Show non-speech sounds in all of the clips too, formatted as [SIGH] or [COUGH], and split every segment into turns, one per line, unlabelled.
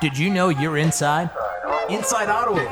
Did you know you're inside? Inside Ottawa.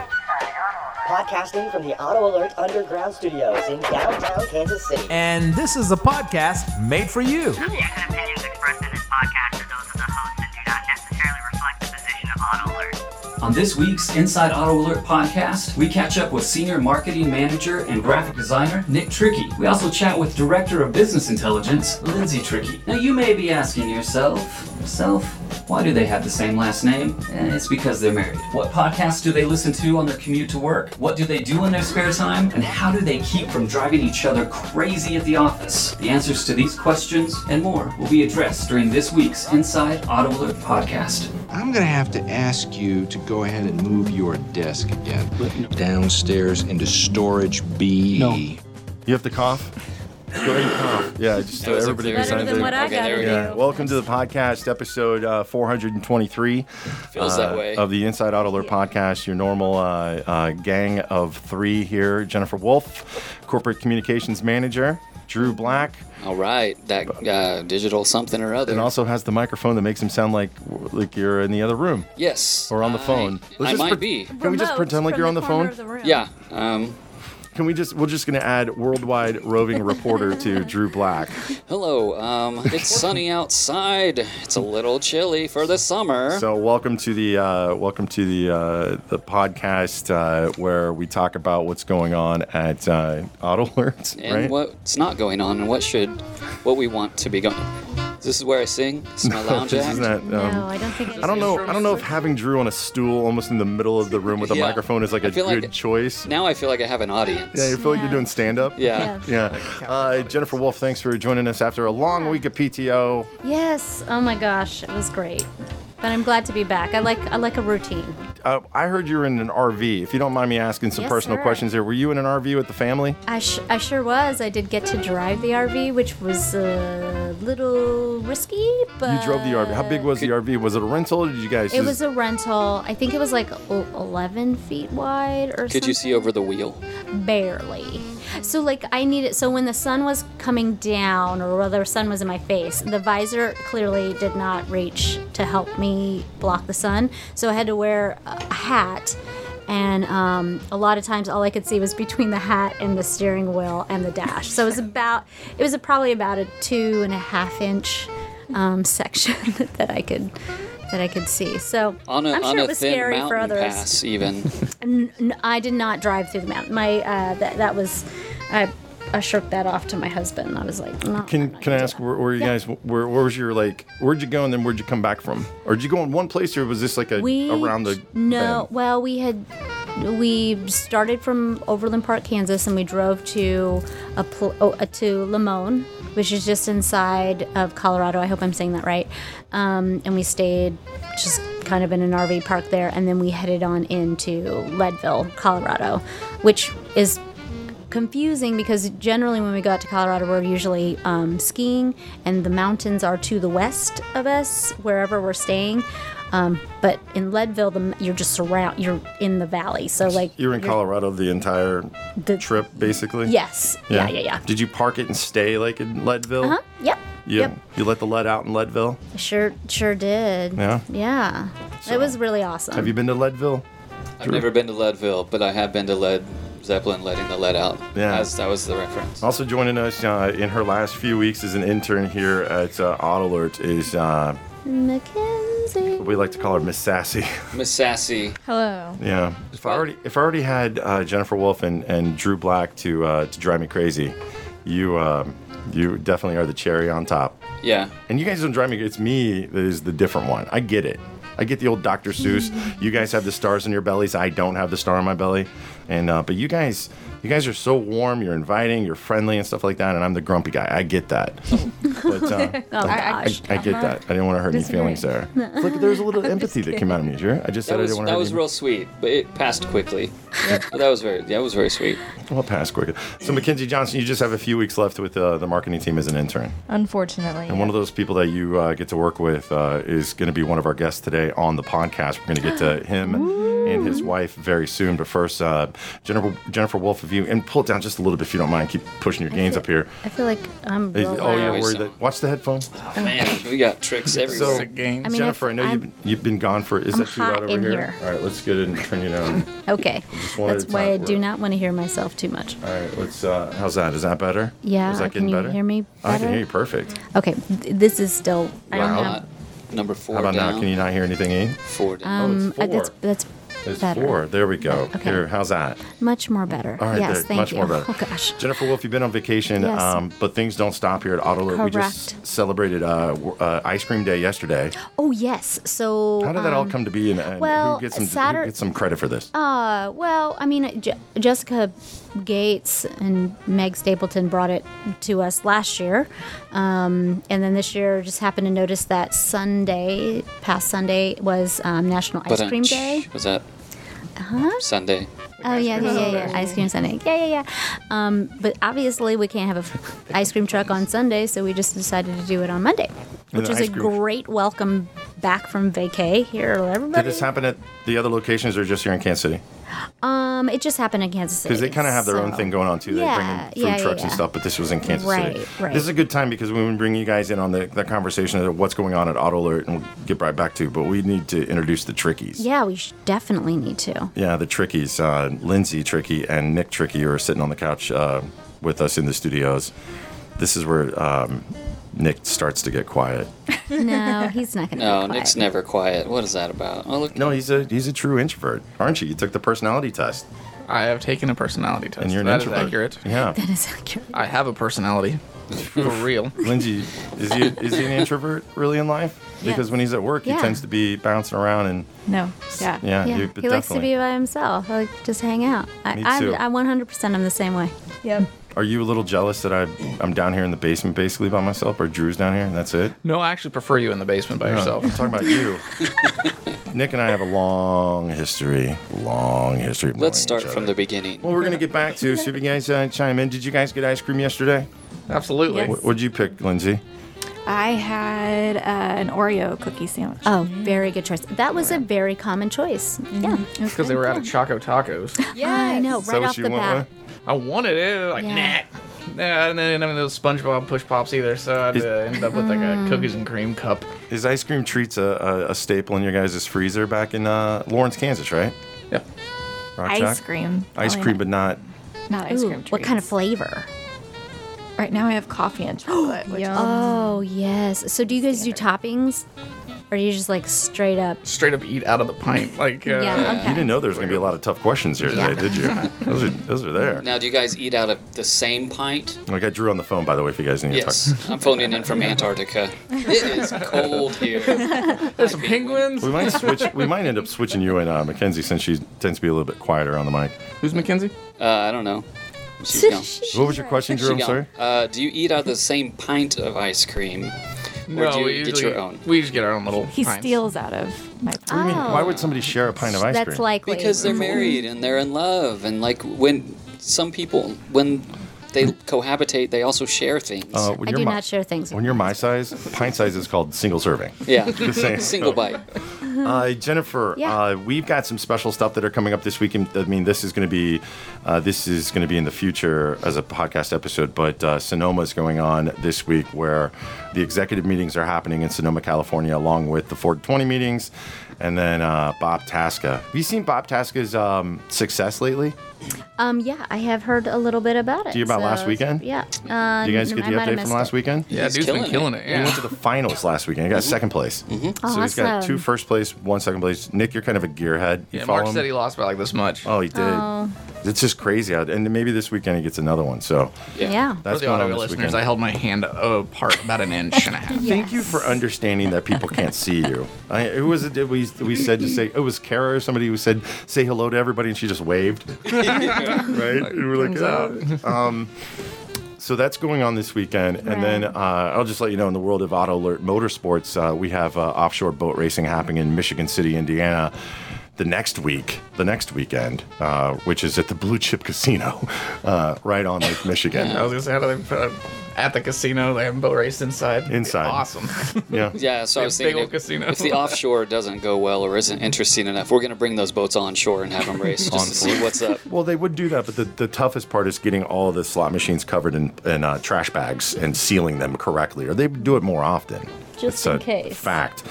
Podcasting from the Auto Alert Underground Studios in downtown Kansas City.
And this is a podcast made for you.
The views and opinions expressed in this podcast are those of the host and do not necessarily reflect the position of Auto Alert.
On this week's Inside Auto Alert podcast, we catch up with Senior Marketing Manager and Graphic Designer Nick Tricky. We also chat with Director of Business Intelligence Lindsay Tricky. Now, you may be asking yourself, yourself, why do they have the same last name? Eh, it's because they're married. What podcasts do they listen to on their commute to work? What do they do in their spare time? And how do they keep from driving each other crazy at the office? The answers to these questions and more will be addressed during this week's Inside Auto Alert podcast.
I'm gonna have to ask you to go ahead and move your desk again. Downstairs into storage B. No.
You have to cough. Go ahead and cough. Yeah, just so everybody
Better
understands
than
it.
what I got.
yeah. Welcome to the podcast, episode uh, 423. Feels that way. Uh, Of the Inside Auto Alert podcast, your normal uh, uh, gang of three here Jennifer Wolf, Corporate Communications Manager, Drew Black,
All right, that uh, digital something or other.
and also has the microphone that makes him sound like like you're in the other room
yes,
or on the
I-
phone.
I
just
might
pre-
be.
Can we just
Remote
pretend like
from
you're on the
corner
phone?
of room.
Yeah. Um,
Can we just, we're just going to add worldwide roving reporter to Drew Black.
hello. Um, it's sunny outside. It's a little chilly for the summer.
So welcome to the uh, welcome to the uh, the podcast uh, where we talk about what's going on at uh, Auto Alert,
and
right?
what's not going on, and what should, what we want to be going. This is where I sing.
[LAUGHS]
This is my lounge
This
act.
[LAUGHS] isn't that, um,
No, I don't think.
I don't know. I don't know if having Drew on a stool almost in the middle of the room with a
Yeah.
microphone is like
I
a
feel like-
good choice.
Now I feel like I have an audience.
yeah, you feel like you're doing stand up.
Yeah.
Yeah. Uh, Jennifer Wolf, thanks for joining us after a long week of PTO.
Yes. Oh my gosh, it was great. But I'm glad to be back. I like I like a routine.
Uh, I heard you were in an RV. If you don't mind me asking some
Yes,
personal
sir.
questions here, were you in an RV with the family?
I, sh- I sure was. I did get to drive the RV, which was a little risky, but
You drove the RV. How big was the RV? Was it a rental? Did you guys?
It
just-
was a rental. I think it was like o- 11 feet wide or something.
Could you see over the wheel?
barely. So like I needed so when the sun was coming down or whether the sun was in my face, the visor clearly did not reach to help me block the sun. So I had to wear a hat and um, a lot of times all I could see was between the hat and the steering wheel and the dash. So it was about it was probably about a two and a half inch um, section [LAUGHS] that I could that I could see. So
On a,
I'm sure
on a
it was
thin
scary
mountain
for others.
pass,
[LAUGHS]
even.
N- I did not drive through the mountain. My uh, that that was, I, I shook that off to my husband. I was like, no. I'm
Can
not
can I
gonna do
ask where, where you guys where where was your like where'd you go and then where'd you come back from? Or did you go in one place or was this like a
that." We
around the
no.
bend?
Well, we had we started from Overland Park, Kansas, and we drove to a pl- oh, uh, to Limon, which is just inside of Colorado. I hope I'm saying that right. Um, and we stayed just kind of in an RV park there, and then we headed on into Leadville, Colorado, which is confusing because generally when we go out to Colorado, we're usually um, skiing, and the mountains are to the west of us wherever we're staying. Um, but in Leadville, the, m- you're just surround, you're in the valley, so like
You were in Colorado the entire
the
trip basically?
Yes. Yeah. Yeah. Yeah.
Did you park it and stay like in Leadville?
Huh? Yep.
You,
Yep.
you let the lead out in Leadville?
Sure. Sure did.
Yeah?
Yeah. it was really awesome.
Have you been to Leadville?
I've never been to Leadville, but I have been to Lead Zeppelin letting the lead out.
Yeah. Oh.
That's- that was the reference.
Also joining us uh, in her last few weeks as an intern here at uh, Auto Alert is uh,
Mackenzie.
we like to call her Miss Sassy. [LAUGHS]
Miss Sassy.
Hello. Oh,
yeah. If I already if I already had uh, Jennifer Wolf and, and Drew Black to uh, to drive me crazy, you um, you definitely are the cherry on top.
Yeah.
And you guys don't drive me. It's me that is the different one. I get it. I get the old Dr. Seuss. you guys have the stars in your bellies. I don't have the star on my belly. And uh, but you guys, you guys are so warm. You're inviting. You're friendly and stuff like that. And I'm the grumpy guy. I get that. but uh, [LAUGHS] I,
gosh.
I, I get that. I didn't want to hurt any feelings there. Look, there's a [LAUGHS] little empathy that came out of me. Sure. I just said I
That was,
didn't want to
that
hurt
was
any-
real sweet, but it passed quickly. but that was very that was very sweet.
Well, pass quick. So Mackenzie Johnson, you just have a few weeks left with uh, the marketing team as an intern.
Oh,
Unfortunately.
And one of those people that
[GASPS]
you uh, get to work with uh, is going to be one of our guests today on the podcast. We're going to get to him and his wife very soon. But first, uh, Jennifer Jennifer Wolf, if you and pull it down just a little bit if you don't mind, keep pushing your gains up here.
I feel like I'm
Hey,
real
oh yeah,
loud.
where the watch the headphone.
Man, we got tricks everywhere.
Oh, So-
I mean,
Jennifer,
if
I know
I'm-
you've been, you've been gone for. Is
I'm
that too loud
hot
over
in
here?
here.
All right, let's get it and turn you
[LAUGHS]
down.
Okay.
Just one at
That's
a
why
time.
I do
We're-
not want to hear myself too much.
All right, let's. Uh, how's that? Is that better?
Yeah,
Is that
can
getting
you
better?
hear me
Oh, I can
better?
hear you perfect.
Okay, th- this is still. I don't
Wow.
have.
Number four
How about
down.
now? Can you not hear anything? Ian?
Four down.
Um,
Oh, it's
I- that's
four.
that's
It's
better.
four. There we go.
Okay.
Here, how's that?
Much more better.
All right,
yes,
there.
thank
much
you.
more better.
Oh gosh.
Jennifer Wolf, you've been on vacation,
Yes.
um, but things don't stop here at Auto Alert. We just
Correct.
celebrated uh, w- uh, Ice Cream Day yesterday.
Oh yes. So.
How did that all
um,
come to be, and, and
well,
who, gets some, who
Satur-
gets some credit for this?
Uh, well, I mean, Je- Jessica Gates and Meg Stapleton brought it to us last year. Um, and then this year just happened to notice that Sunday, past Sunday, was um, National Ice
Ba-dum.
Cream Day. Uh-huh.
Was uh, that Sunday?
Oh, yeah, yeah, yeah, yeah. Ice cream Sunday. Yeah, yeah, yeah. Um, but obviously, we can't have an ice cream truck on Sunday, so we just decided to do it on Monday, which
the
is a
ice cream-
great welcome back from vacay here, everybody.
Did this happen at the other locations, or just here in Kansas City?
Um, it just happened in Kansas City.
Because they kind of have their own
so-
thing going on too. they bring
Yeah,
in food
yeah, yeah,
trucks and
yeah.
stuff, but this was in Kansas City.
Right, right.
This is a good time because we can bring you guys in on the, the conversation of what's going on at Auto Alert, and we'll get right back to. But we need to introduce the trickies.
Yeah, we sh- definitely need to.
Yeah, the Trickies, uh, Lindsay Tricky and Nick Tricky are sitting on the couch uh, with us in the studios. This is where um, Nick starts to get quiet. [LAUGHS]
No, he's not going to.
No,
be quiet.
Nick's never quiet. What is that about? Oh, look.
No, he's a he's a true introvert, aren't you? You took the personality test,
I have taken a personality test.
and you're an
That is
introvert.
accurate.
Yeah,
[LAUGHS] That is accurate.
I have a personality. For real.
Lindsay, is he is he an introvert really in life? Because when he's at work, he
Yeah.
tends to be bouncing around and
No. Yeah.
yeah,
Yeah,
you-
he
but
likes to
definitely.
be by himself. I like just hang out. I,
Me too.
I'm, I 100% am the same way.
Yep.
Are you a little jealous that I I'm down here in the basement basically by myself, or Drew's down here and that's it?
No, I actually prefer you in the basement by yourself.
I'm talking about you. Nick and I have a long history, long history. of
Let's
knowing
start
each
from
other.
the beginning.
Well, we're gonna get back to. So if you guys uh, chime in, did you guys get ice cream yesterday?
Absolutely.
Yes.
What would you pick, Lindsay?
I had uh, an Oreo cookie sandwich.
Oh, very good choice. That was a very common choice. Yeah.
Mm-hmm.
Because they were out of Choco Tacos.
I know, right
So what
off
you
the
want,
bat.
I wanted it. Like,
Yeah.
nah. Nah, and then I mean, those SpongeBob push pops either, so I
Is-
uh, ended up with like
Oh.
a cookies and cream cup.
Is ice cream treats a, a, a staple in your guys' freezer back in uh, Lawrence, Kansas, right?
Yeah.
Rock
ice
Shack?
cream.
Ice
Oh,
Probably
cream, but not.
not, not ice
Ooh,
cream. Treats.
what kind of flavor?
Right now, I have coffee and
[GASPS]
chocolate. which
Oh, yes. So do you guys do toppings? Or are you just like straight up?
Straight up eat out of the pint. Like, uh,
[LAUGHS] yeah,
You
okay.
didn't know there was gonna be a lot of tough questions here
Yeah.
today, did you?
[LAUGHS]
Those are those are there.
Now, do you guys eat out of the same pint?
I got Drew on the phone, by the way, if you guys need to talk.
Yes. I'm phoning in from Antarctica. It is cold here.
there's some penguins.
We might switch. We might end up switching you and uh, Mackenzie since she tends to be a little bit quieter on the mic.
Who's Mackenzie?
[LAUGHS] Uh, I don't know. She's
[LAUGHS]
gone. [LAUGHS]
What was your question,
She
Drew? I'm
gone.
sorry.
Uh, do you eat out of the same pint of ice cream? Or do you
we
get
usually-
your own?
We just get our own little.
He
pints.
steals out of my.
Oh,
I mean, why would somebody share a pint of ice
that's
cream?
likely.
Because
Mm-hmm.
they're married and they're in love, and like when some people when they cohabitate, they also share things.
Uh, when
I
you're
do
my-
not share things.
When you're my size, pint size is called single
[LAUGHS]
serving.
yeah.
same.
Single bite.
Uh, Jennifer,
Mm-hmm. Yeah.
uh, we've got some special stuff that are coming up this week. And, I mean, this is going to be uh, this is going to be in the future as a podcast episode. But uh, Sonoma is going on this week, where the executive meetings are happening in Sonoma, California, along with the 420 meetings, and then uh, Bob Tasca. Have you seen Bob Tasca's um, success lately?
Um, yeah, I have heard a little bit about it.
you hear about
so-
last weekend?
Yeah. Um,
Did you guys get
I
the update
might have
from
missed
last
it.
weekend?
Yeah,
He's
dude's been
killing
killing
it.
it.
He
Yeah. Mm-hmm.
went to the finals last weekend. He got second place. So he's got
Oh, Awesome.
two first place, one second place. Nick, you're kind of a gearhead. You
Yeah,
follow
Mark
him?
said he lost by like this much.
Oh, he did.
Oh.
It's just crazy out. And maybe this weekend he gets another one. So
Yeah.
Yeah.
For
that's
the
going on
audio
this
listeners,
weekend.
I held my hand apart about an inch and a half.
Thank you for understanding that people can't see
[LAUGHS]
you. I, it was it, we we said to say it was Kara or somebody who said say hello to everybody and she
[LAUGHS]
just waved, right? And we're like, "Oh." Um, so that's going on this weekend, and then uh, I'll just let you know in the world of Auto Alert Motorsports, uh, we have uh, offshore boat racing happening in Michigan City, Indiana. the next week, the next weekend, uh, which is at the Blue Chip Casino, [LAUGHS] uh, right on Lake Michigan.
I was gonna say, how do they put at the casino? They have a boat race inside.
Inside.
Awesome. [LAUGHS]
Yeah.
Yeah, so I was
Big
thinking
old
if,
casino.
if the offshore doesn't go well or isn't interesting enough, we're gonna bring those boats on shore and have them race just to see what's up.
Well, they would do that, but the, the toughest part is getting all of the slot machines covered in, in uh, trash bags and sealing them correctly, or they do it more often.
Just
It's
in
a
case.
Fact.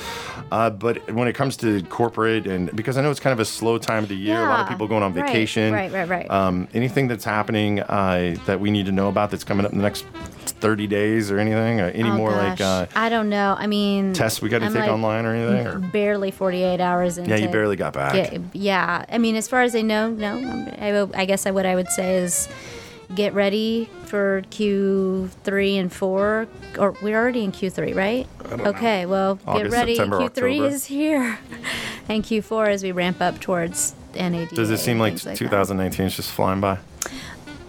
Uh, but when it comes to corporate, and because I know it's kind of a slow time of the year, a lot of
Yeah.
people going on
Right,
vacation.
right, right, right.
Um, anything that's happening uh, that we need to know about that's coming up in the next 30 days or anything? Or any
Oh,
more like uh,
gosh. I don't know. I mean,
tests we got to
I'm
take
like
online or anything? Or?
Barely 48 hours into
Yeah, you barely got back.
Yeah, yeah. I mean, as far as I know, no. I, will- I guess I, what I would say is get ready for Q3 and 4. Or we're already in Q3, right? okay, well,
August,
get ready.
September,
Q3
October.
is here. [LAUGHS] and Q4 as we ramp up towards NAD.
Does it seem like 2019 is just flying by?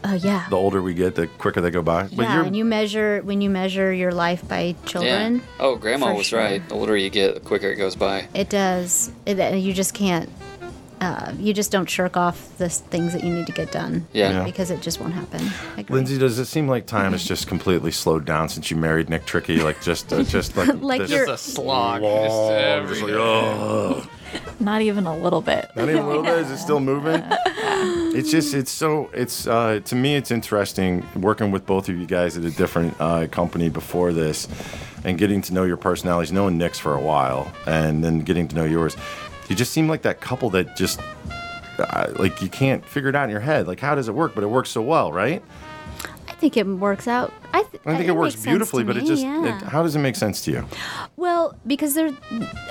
Oh, yeah.
The older we get, the quicker they go by. But
yeah,
you're-
and you measure when you measure your life by children.
Yeah. Oh, Grandma
For
was
sure.
right. The older you get, the quicker it goes by.
It does. It, uh, you just can't. Uh, you just don't shirk off the s- things that you need to get done.
Yeah. Yeah.
Because it just won't happen. I agree.
Lindsay, does it seem like time has just completely slowed down since you married Nick Tricky? Like just, uh,
[LAUGHS]
just like,
Like
this
you're-
It's a slog.
long-
Just every
just like,
day.
ugh.
Not even a little bit.
Not even a little bit. Is it still
[LAUGHS]
moving? It's just, it's so, it's uh, to me, it's interesting working with both of you guys at a different uh, company before this, and getting to know your personalities, knowing Nick's for a while, and then getting to know yours. You just seem like that couple that just, uh, like, you can't figure it out in your head. Like, how does it work? But it works so well, right?
I think it works out. I, th-
I think it works
makes sense to
beautifully, but it
me,
just,
yeah.
it, how does it make sense to you?
well because there,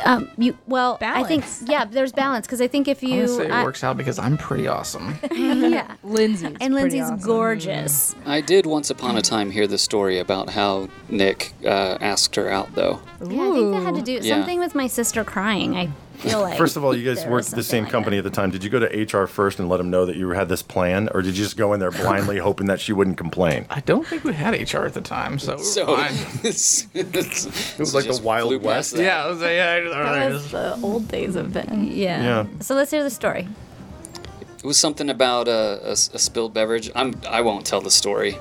um, you well I think
Balance.
yeah there's balance because I think if
I'm
you
gonna say
I-
it works out because I'm pretty awesome.
[LAUGHS] yeah
Lindsay's
and Lindsay's gorgeous
I did once upon a time hear the story about how Nick uh, asked her out, though.
Mm. yeah I think that had to do
Yeah.
something with my sister crying I feel like
First of all, you guys
there
worked
was
at the
something
same
like
company at the time. Did you go to HR first and let them know that you had this plan, or did you just go in there blindly hoping that she
[LAUGHS]
wouldn't complain?
I don't think we had HR at the time, so. we
So
were fine.
[LAUGHS] it's, it's, it
was like the Wild West.
Yeah, [LAUGHS] I was like, yeah, I just-
That was the old days of it.
that. yeah.
Yeah.
so let's hear the story
It was something about a, a s- a spilled beverage. I'm I won't tell the story,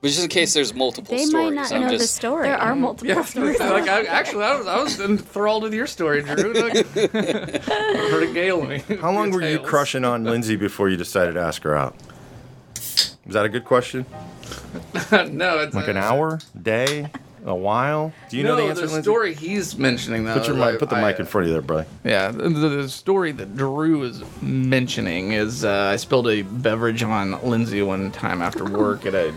but just in case there's multiple
they
stories,
might not
I'm
know the
just
story
There are multiple
[LAUGHS]
Yeah,
stories.
like I, actually, I was, I was enthralled with your story, Drew. Like, heard it gale me.
How long were you
Tails.
crushing on Lindsay before you decided to ask her out? Is that a good question?
[LAUGHS] no, it's
Like an hour, day, a while? Do you
no,
know the answer, Lindsay?
story he's mentioning though.
Put your
is
mic,
like-
put the
I- uh,
mic in front of you
[LAUGHS]
there, brother.
Yeah, the, the story that Drew is mentioning is uh, I spilled a beverage on Lindsay one time after work at a.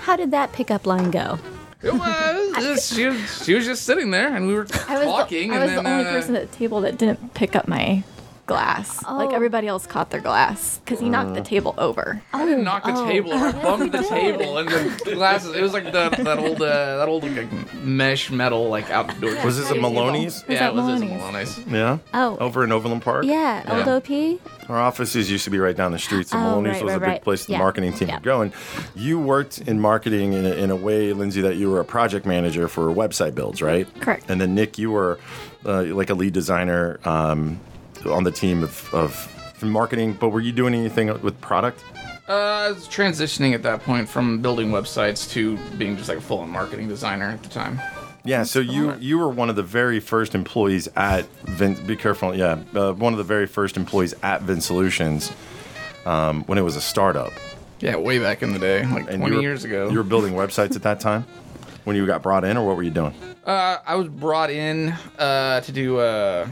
how did that pickup line go
It was, just- she, was- she was just sitting there and we were
I was,
talking.
the, I
and
was
then,
the only
uh,
person at the table that didn't pick up my glass. Like
Oh.
everybody else caught their glass because he knocked the table over.
I didn't knock the
oh.
table.
[LAUGHS]
I bumped the
did.
table and the glasses. It was like the, that old uh, that old like, mesh metal like outdoor.
Was this a Maloney's?
Yeah, it was this
Maloney's?
Maloney's.
Yeah.
Oh.
Over in Overland Park.
[LAUGHS] yeah, old
Yeah.
OP
Our offices used to be right down the street, so
Oh,
Maloney's
right,
was a
right,
big
right.
place the
Yeah.
marketing team
Yeah.
could go. And you worked in marketing in a, in a way, Lindsay, that you were a project manager for website builds, right?
Correct.
And then Nick, you were uh, like a lead designer um, on the team of, of marketing. But were you doing anything with product?
Uh, I was transitioning at that point from building websites to being just like a full-on marketing designer at the time.
Yeah, so you you were one of the very first employees at Vin. Be careful, yeah, uh, one of the very first employees at Vin Solutions um, when it was a startup.
Yeah, way back in the day, like
And you
20
were-
years ago.
you were building websites at that time when you got brought in, or what were you doing?
Uh, I was brought in uh, to do uh,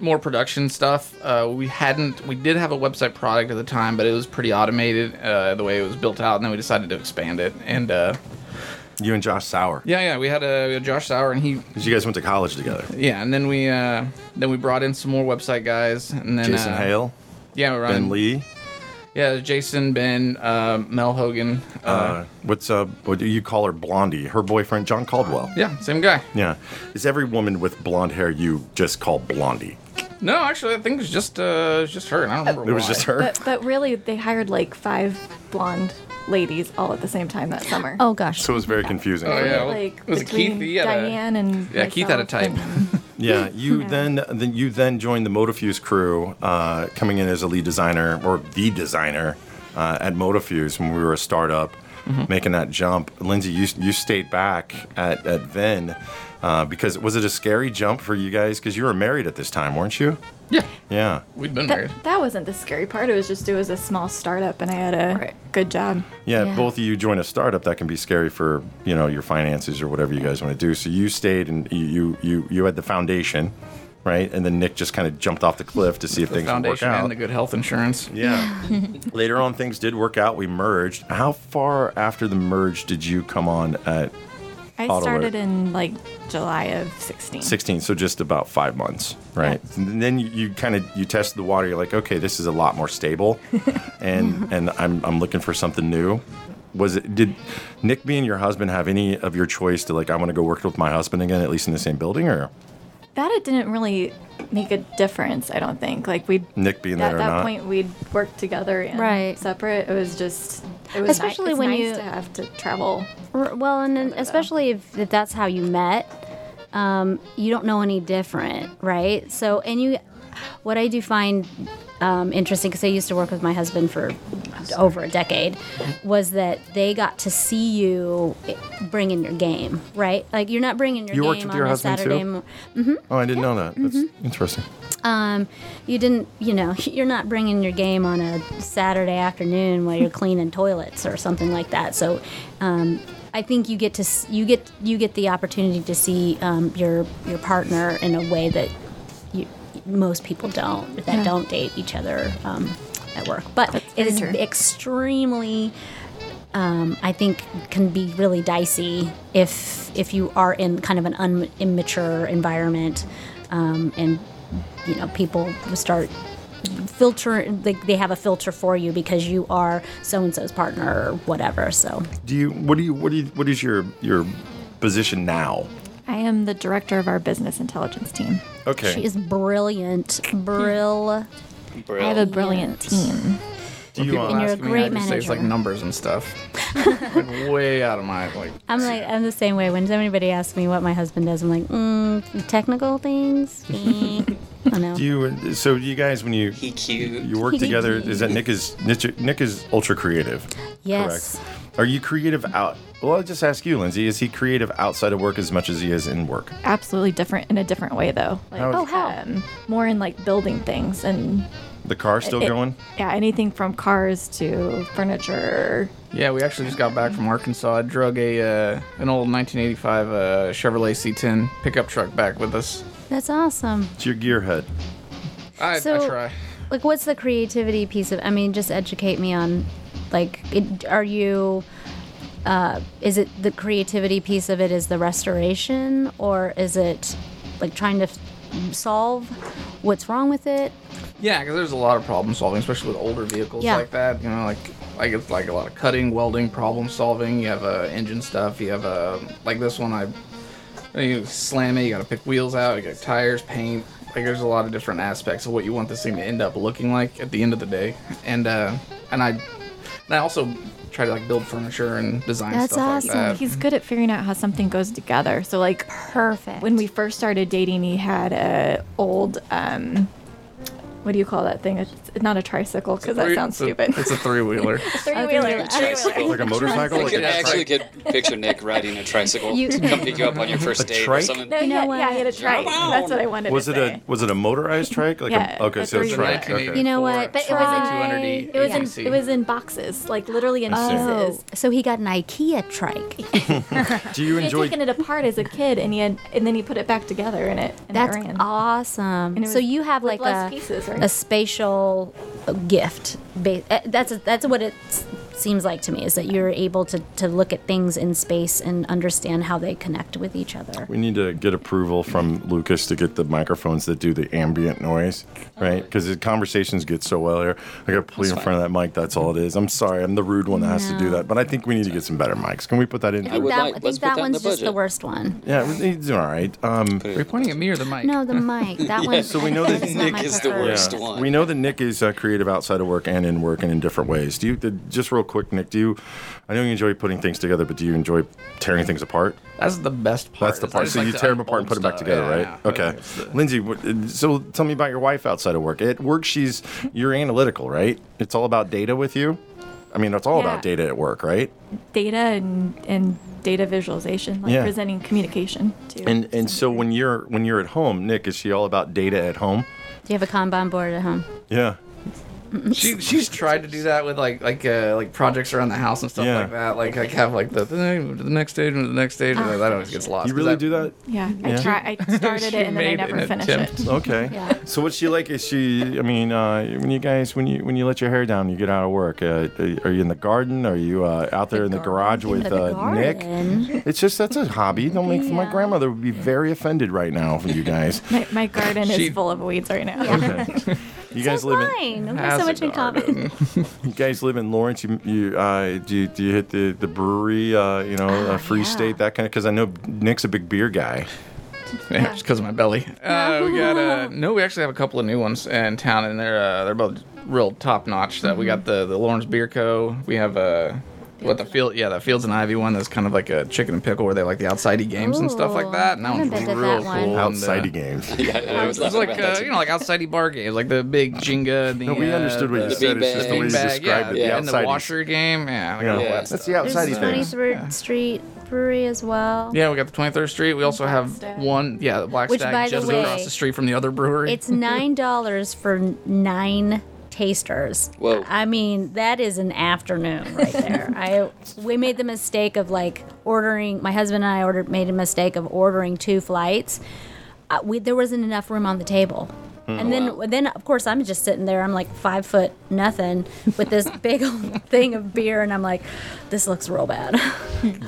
more production stuff. Uh, we hadn't, we did have a website product at the time, but it was pretty automated uh, the way it was built out, and then we decided to expand it. And uh,
You and Josh Sauer.
yeah, yeah, we had a we had Josh Sauer, and he,
'Cause you guys went to college together.
yeah, and then we uh, then we brought in some more website guys, and then
Jason
uh,
Hale,
yeah, we brought
Ben
in-
Lee.
yeah, Jason, Ben, uh, Mel Hogan, uh,
Uh, what's uh, what do you call her? Blondie. Her boyfriend, John Caldwell.
yeah, same guy.
Yeah. Is every woman with blonde hair you just call Blondie?
No, actually, I think it was just uh, it was just her, and I don't remember.
It was
why.
just her.
But but really, they hired like five blonde ladies all at the same time that summer.
Oh gosh.
so it was very confusing.
Oh,
for me.
yeah.
like
was it
between
Keith? He had a-
Diane and
Yeah, Keith had a
myself
type.
[LAUGHS] and-
Yeah, you then then you then joined the Motofuse crew, uh, coming in as a lead designer or the designer uh, at Motofuse when we were a startup,
Mm-hmm.
making that jump. Lindsay, you you stayed back at at Vin. Uh, because was it a scary jump for you guys? Because you were married at this time, weren't you?
Yeah,
Yeah.
we'd been married.
That, that wasn't the scary part. It was just it was a small startup, and I had a good job.
Yeah,
Yeah.
both of you join a startup that can be scary for you know your finances or whatever you guys want to do. So you stayed and you you you, you had the foundation, right? And then Nick just kind of jumped off the cliff to see if things would work
Foundation
out.
and the good health insurance.
yeah. [LAUGHS] Later on, things did work out. We merged. How far after the merge did you come on at
I
Auto
started
alert.
in like July of 16.
16? So just about five months, right?
Yeah.
And then you, you kind of you test the water. You're like, okay, this is a lot more
[LAUGHS]
stable, and and I'm I'm looking for something new. Was it did Nick being your husband have any of your choice to like I want to go work with my husband again at least in the same building or
That it didn't really make a difference. I don't think. Like we
Nick being
at
there or
that
not?
point we'd worked together and
Right.
separate. It was just it was
Especially
ni- it's
when
nice
you-
to have to travel.
R- Well, and then especially if, if that's how you met, um, you don't know any different, right? So, and you, what I do find um, interesting, because I used to work with my husband for over a decade, was that they got to see you eh, bring in your game, right? Like you're not bringing your
You
game
worked with
on
your
a
husband, too?
Saturday. mo-
Oh, I didn't know that. That's
Mm-hmm.
interesting.
um, you didn't, you know, [LAUGHS] you're not bringing your game on a Saturday afternoon while
[LAUGHS]
you're cleaning toilets or something like that. So, um, I think you get to s- you get you get the opportunity to see um, your your partner in a way that you, most people don't that don't date each other um, at work. But it
very
is
true.
extremely. Um, I think can be really dicey if if you are in kind of an un- immature environment, um, and you know people start filter like they have a filter for you because you are so and so's partner or whatever so
Do you what do you what do you what is your your position now?
I am the director of our business intelligence team.
Okay.
she is brilliant brill
I have a brilliant team.
do you,
People
um,
you're a
ask me, I
great
just say it's like
manager.
numbers and stuff. like way out of my like.
i'm like i'm the same way when anybody asks me what my husband does i'm like mm, technical things mm. i don't know
do you so you guys when you
He cute.
you work together is that Nick is Nick, Nick is ultra creative.
yes
Correct. Are you creative out? Well, I'll just ask you, Lindsay. Is he creative outside of work as much as he is in work?
Absolutely different in a different way though. Like,
How- Oh,
how?
Um, more in like building things and
The car's still
it-
going?
yeah, anything from cars to furniture.
Yeah, we actually just got back from Arkansas. I drug a uh, an old 1985 uh, Chevrolet C10 pickup truck back with us.
that's awesome
It's your gearhead.
I, I
So-
try.
like what's the creativity piece of i mean just educate me on like it, are you uh, is it the creativity piece of it is the restoration or is it like trying to f- solve what's wrong with it
Yeah, because there's a lot of problem solving, especially with older vehicles
Yeah.
like that. You know, like like it's like a lot of cutting, welding, problem solving. You have uh, engine stuff. You have uh, like this one. I you slam it. You got to pick wheels out. You got tires, paint. Like there's a lot of different aspects of what you want this thing to end up looking like at the end of the day. And uh, and I and I also try to like build furniture and design
That's
stuff
awesome.
like that.
He's good at figuring out how something goes together. So like
perfect
when we first started dating, he had a old um, what do you call that thing? It's it's not a tricycle because that
Three-
sounds
it's a-
stupid.
It's a three wheeler.
three-wheeler.
Tricycle.
Like a motorcycle?
I
Like
could
a
actually could picture Nick riding a tricycle
You-
to come pick you up on your first date or
trike?
something.
No,
You
he
know
had-
what?
Yeah, he had a trike. That's what I wanted
was
to
it
say.
a Uh, was it a motorized trike? Like
Yeah,
a, okay,
a
so it's
three-wheeler.
trike. Okay.
you know what
But it was in- 200E
it was
ACC.
in it was in boxes, like literally in
see.
pieces.
Oh, so he got an IKEA trike.
Do you
He had
enjoy
taken it apart as a kid, and he had, and then he put it back together, and it and
That's
it ran.
[LAUGHS] awesome.
it
So
was
you have
with
like
less
a,
pieces, right?
a spatial gift. Ba- uh, That's that's what it s- seems like to me is that you're able to, to look at things in space and understand how they connect with each other.
we need to get approval from Lucas to get the microphones that do the ambient noise, right? Because the conversations get so well here. I got to play in front of that mic. That's all it is. I'm sorry, I'm the rude one that has to do that. But I think we need to get some better mics. Can we put that in?
I would
that,
like-
I
let's
think
put
that
that in
one's
the
just the
budget.
worst one.
Yeah, it's all right. Um,
Are you pointing at me or the mic?
No, the mic.
[LAUGHS]
That one.
so we know that
is not
Nick
my
is the
preferred.
worst. Just one.
We know that Nick is uh, creative outside of work and in work and in different ways. Do you the, just real quick, Nick, do you? I know you enjoy putting things together, but do you enjoy tearing things apart?
That's the best part.
That's the
is I
part.
just
So
like
you
to
tear them apart and put
unfold
them back
stuff. Yeah, yeah.
together, right? Okay.
It's the-
Lindsay, what, uh, so tell me about your wife outside of work. At work, she's you're analytical, right? It's all about data with you. I mean, it's all
Yeah.
about data at work, right?
data and and data visualization, like
Yeah.
presenting communication too.
And and so when you're when you're at home, Nick, is she all about data at home?
Do you have a Kanban board at home?
Yeah.
She she's tried to do that with like like uh, like projects around the house and stuff
Yeah.
like that. Like like have like the thing, move to the next stage, move to the next stage. and that always gets lost.
You
'cause
really
I-
do that?
yeah,
Yeah.
I try. I started
She
it and then I
made
never
an
finished
attempt.
it.
Okay.
Yeah.
So what's she like? Is she? I mean, uh, when you guys, when you when you let your hair down, you get out of work. Uh, are you in the garden? Are you uh, out there in the garage with
the
uh, Nick?
garden.
It's just that's a hobby. Don't make my grandmother would be very offended right now from you
[LAUGHS]
guys.
My, my garden
She-
is full of weeds right now.
You guys
so
live in
fine. We
Has
have so
a
much in common.
garden.
you guys live in Lawrence. You you uh, do you, do you hit the the brewery? Uh, you know, uh, Free
Ah, yeah.
State that kind of. Because I know Nick's a big beer guy.
Yeah, just because of my belly. Uh, we got
[LAUGHS]
uh, no, we actually have a couple of new ones in town, and they're uh, they're both real top notch. That we got
Mm-hmm.
the the Lawrence Beer Co. We have uh, what the field, yeah, the Fields and Ivy one. That's kind of like a chicken and pickle where they have like the outsidey games and stuff like
Ooh,
that. And that
I
one's
haven't been to
real
that one.
cool. and, uh,
Outside games.
Yeah, I was
It's
laughing
like
about that
uh,
too.
you know, like outside bar games, like the big Jenga. The,
No, [LAUGHS] we
uh,
understood what you
the
said. It's just the way you
beanbag,
described
yeah,
it.
yeah,
The
and
outside
the washer game. Yeah, like all
Yeah.
Yeah.
that
That's
stuff.
the
There's
outside
the
things.
23rd Street Brewery as well.
Yeah, we got the 23rd Street. We also have
Blackstag.
one, yeah, the Black
Which, by
Stag
the
just
way,
across the street from the other brewery.
It's nine dollars for nine tasters.
Whoa.
I mean, that is an afternoon right there. I we made the mistake of like ordering. My husband and I ordered made a mistake of ordering two flights. Uh, we there wasn't enough room on the table. And then, then of course, I'm just sitting there. I'm like five foot nothing with this big old thing of beer, and I'm like, this looks real bad.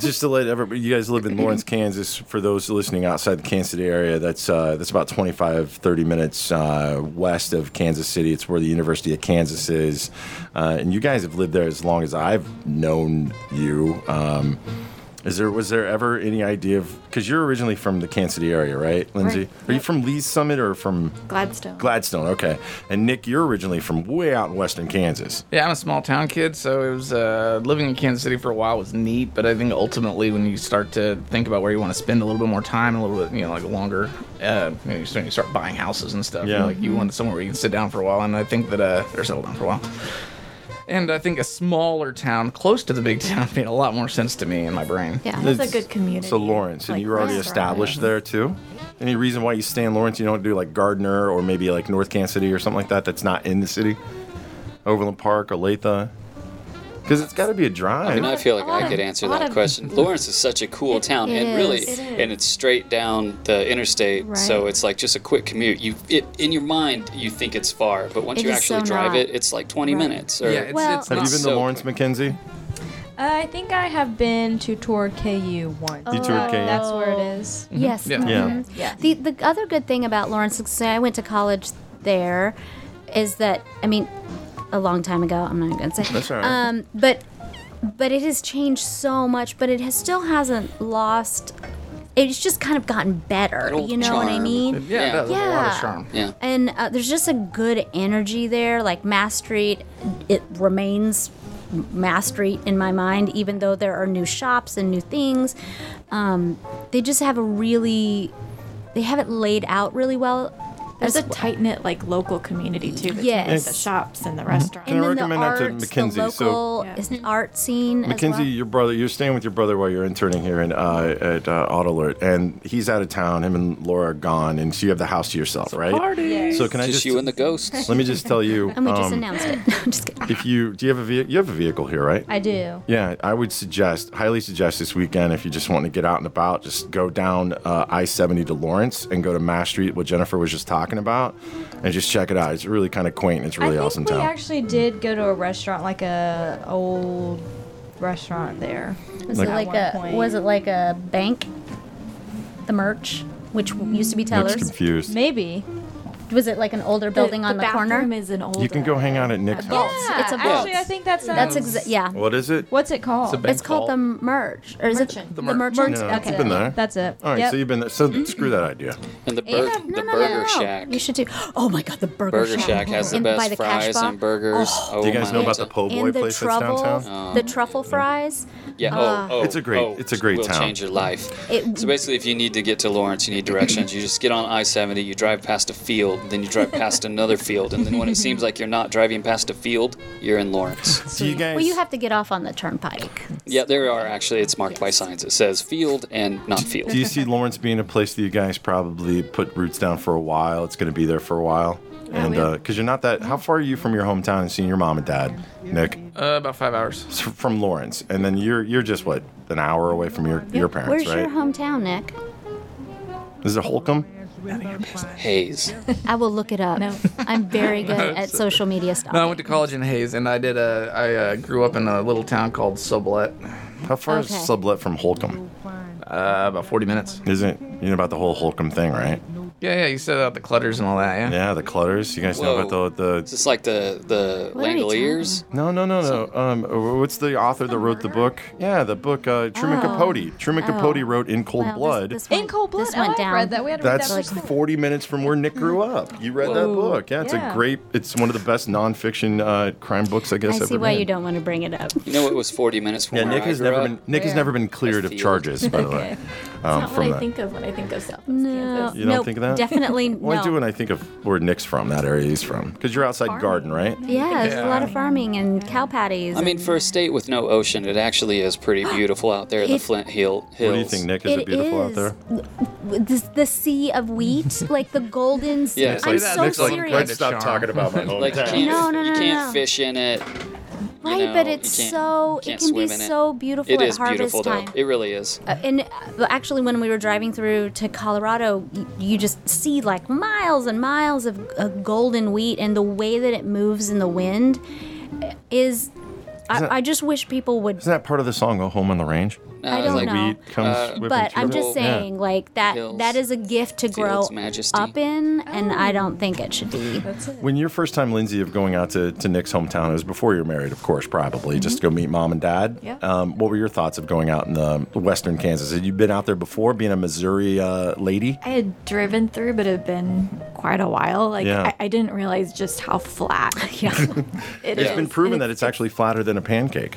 just to let everybody, you guys live in Lawrence, Kansas. For those listening outside the Kansas City area, that's uh, that's about 25, 30 minutes uh, west of Kansas City. It's where the University of Kansas is, uh, and you guys have lived there as long as I've known you. Um, is there was there ever any idea of because you're originally from the Kansas City area, right, Lindsay?
Right,
Are you
yep.
from Lee's Summit or from
Gladstone.
Gladstone? Okay, and Nick, you're originally from way out in western Kansas.
Yeah, I'm a small town kid, so it was uh, living in Kansas City for a while was neat. But I think ultimately, when you start to think about where you want to spend a little bit more time, a little bit, you know, like longer, uh, you, know, you start- you start buying houses and stuff.
Yeah.
like you want somewhere where you can sit down for a while, and I think that uh, or settle down for a while. And I think a smaller town close to the big [LAUGHS] town made a lot more sense to me in my brain.
Yeah, that's a
It's-
good community.
So Lawrence, and
like
you were already
restaurant.
established there too. Any reason why you stay in Lawrence? You don't do like Gardner or maybe like North Kansas City or something like that. That's not in the city, Overland Park or Latha, because it's got to be a drive.
And I feel like
A lot
I could
of-
answer
a lot
that
of-
question. Lawrence is such a cool town, and really,
is. It
and it's straight down the interstate, so
Right.
it's like just a quick commute. You, it, in your mind, you think it's far, but once
It
you
is
actually
so
drive
not.
it, it's like 20 minutes. Or,
Yeah, it's,
Well-
it's
Have you
not.
been to
so
Lawrence McKenzie?
I think I have been to Tor KU once.
You toured KU?
That's where it is.
Yes.
Yeah.
mhm.
Yeah.
Yeah.
The the other good thing about Lawrence, say I went to college there, is that I mean, a long time ago. I'm not going to say.
That's all right.
Um, but but it has changed so much. But it has still hasn't lost. It's just kind of gotten better.
That old
You know what I
charm.
mean?
Yeah,
Yeah.
that was a lot of
Yeah.
charm.
Yeah.
And uh, there's just a good energy there. Like Mass Street, it remains Mass Street in my mind, even though there are new shops and new things. Um, they just have a really, they have it laid out really well.
There's a tight knit like local community too. Between
Yes.
the shops and the restaurants.
And
I
then the
recommend that
arts,
to
the
Mackenzie? So-
local is- art scene. as
Mackenzie,
well.
your brother, you're staying with your brother while you're interning here in, uh, at uh, Auto Alert, and he's out of town. Him and Laura are gone, and so you have the house to yourself, right? So can I
just,
just?
you and the ghosts.
let me just tell you.
and we just
um,
announced it. [LAUGHS] No, I'm just kidding.
if you do you have a ve- you have a vehicle here, right?
I do.
Yeah, I would suggest, highly suggest this weekend if you just want to get out and about, just go down uh, I 70 to Lawrence and go to Mass Street, what Jennifer was just talking about, and just check it out. It's really kind of quaint. It's
I
really
think
awesome
we
town.
actually did go to a restaurant, like a old restaurant there.
Was
like-
it like
At
a
one point.
was it like a bank? The merch, which used to be
Looks
tellers.
confused.
Maybe.
was it like an older building on the, corner?
is an old.
You can go hang out at Nick's house.
it's a
actually,
vault.
I think that's
that's
sounds-
exa- yeah.
What is it?
What's it called?
It's a bank
It's called the merge, or is it the, merchant?
No,
okay,
you've been there.
That's it.
All right,
Yep.
so you've been there. So screw that idea.
And the,
Yeah,
bur-
no,
the
no, no,
Burger
no.
Shack.
You should do. Oh my god, the burger,
Burger Shack has the
In- by
best
the cash
fries
bar.
and burgers. Oh,
Do you guys
my
know about the
goodness.
po' boy
and the
place that's
truffle,
Oh.
downtown?
the truffle fries.
Yeah.
Uh,
oh, oh,
It's a great-
oh,
it's a great
will
town.
change your life.
It-
so basically, if you need to get to Lawrence, you need directions. You just get on I-70, you drive past a field, then you drive past another field, and then when it seems like you're not driving past a field, you're in Lawrence.
Do you guys?
Well, you have to get off on the turnpike.
Yeah, there are actually. It's marked by signs. It says field and not
[LAUGHS]
field.
do you see Lawrence being a place that you guys probably put roots down for a while? It's going to be there for a while, and
we-
because you're not that. How far are you from your hometown and seeing your mom and dad, Nick?
Uh, about five hours.
S- From Lawrence, and then you're you're just what an hour away from your your parents,
Where's
right?
your hometown, Nick?
Is it Holcomb?
Hayes.
I will look it up. I'm very
[LAUGHS]
good at social media stuff.
No, I went to college in Hayes, and I did a. I uh, grew up in a little town called uh, Sublette.
How far
Okay.
is Sublet from Holcomb?
Uh, about 40 minutes.
Isn't you know about the whole Holcomb thing, right?
Yeah, yeah. You set out the clutters and all that. Yeah.
Yeah, the clutters. You guys know
Whoa.
about the
It's
the.
just like the the
What are you
Langoliers.
No, no, no, no. Um, uh, what's the author that wrote the book? Yeah, the book uh, Truman
Oh.
Capote. Truman Capote wrote In Cold
Wow, this-
Blood.
this
In
went-
cold blood.
This went
oh,
down.
I read that. We had to read
That's
that
like-
for school.
40 minutes from where Nick grew up. You read that book. Yeah, it's
Yeah.
a great, it's one of the best nonfiction uh, crime books, I guess,
I
ever
see why
made.
you don't want to bring it up.
You know, it was 40 minutes from
Yeah,
where
Nick
I
has
grew
never
up.
been Nick has never been cleared of
Field.
charges, by the way. Um,
Not what
from
I
that.
think of when I think of Southwest
No,
Kansas.
You don't
nope,
think of that? [LAUGHS]
Definitely
Well, I do
no.
when I think of where Nick's from, that area he's from. Because you're outside Garden, right?
Yeah, there's a lot of farming and cow patties.
I mean,
and-
for a state with no ocean, it actually
[GASPS]
is pretty beautiful out there in the
It-
Flint Hill Hills.
What do you think, Nick? Is it, beautiful out there?
there? This, the sea of wheat,
[LAUGHS]
like the golden. Sea.
Yeah, it's
I'm
like-
so
it's like-
serious.
Let's stop talking
about
[LAUGHS]
my hometown.
Like you can't,
No, no,
you
no,
can't
no.
fish in it.
right,
know,
but
you
it's
can't-
so
you can't
it can be
swim in it.
so beautiful
It
at
is
harvest
beautiful
time.
though. It really is.
Uh, and uh, well, actually, when we were driving through to Colorado, you, you just see like miles and miles of uh, golden wheat, and the way that it moves in the wind uh, is. I,
Isn't-
I just wish people would.
Isn't that part of the song, "Go Home on the Range"?
I don't
like
know.
Wheat comes
Uh,
whipping
but I'm
through.
just
Yeah.
saying, like that
Hills,
that is a gift to grow
fields, majesty.
up in, and
Oh.
I don't think it should be.
When your first time, Lindsay, of going out to, to Nick's hometown, it was before you were married, of course, probably, just to go meet mom and dad.
Mm-hmm. Yeah.
Um, what were your thoughts of going out in the western Kansas? Had you been out there before, being a Missouri uh, lady?
I had driven through, but it had been quite a while. Like
Yeah.
I, I didn't realize just how flat
Yeah.
it
It's
is.
been proven
And
that it's actually flatter than a pancake.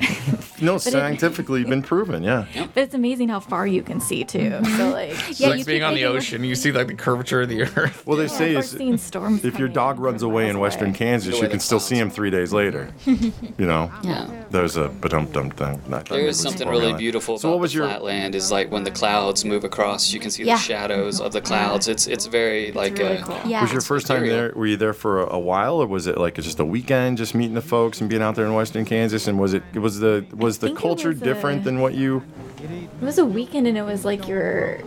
[LAUGHS] no, scientifically been proven, yeah.
But it's amazing how far you can see too. [LAUGHS] So like,
Yeah,
like
you
being
keep
on the
thinking-
ocean, you see like the curvature of the earth.
Well, they
yeah,
say
I've
is
seen storms.
if your
coming
dog
from
runs away in
miles
western Kansas,
The
you
way
can
the
still see uh,
clouds-
him three days later. you know?
Yeah.
There's a badump dump thing. Not-
There is something really beautiful
So
about
what was
the
your-
flatland. Is like when the clouds move across, you can see
Yeah.
the shadows of the
Mm-hmm.
clouds. It's it's very like
really
uh,
cool.
Yeah.
Was your first time
ethereal.
there? Were you there for a, a while, or was it like just a weekend, just meeting the folks and being out there in Western Kansas? And was it was the was the
think it
culture
was a-
different than what you?
It was a weekend, and it was like your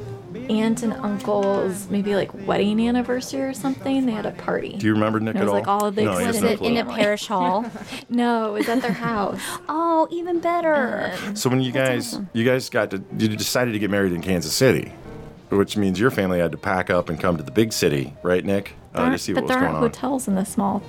aunt and uncle's maybe like wedding anniversary or something. They had a party.
Do you remember Nick
It
at
was
all?
like all of the
no, you have
Was
extended
no
it
clue.
in a
[LAUGHS]
parish hall?
no, it was at their house.
oh, even better.
Uh,
So when you guys you guys got to you decided to get married in Kansas City, which means your family had to pack up and come to the big city, right, Nick? Uh, to see
but
what was
there
going
aren't
on.
hotels in the small.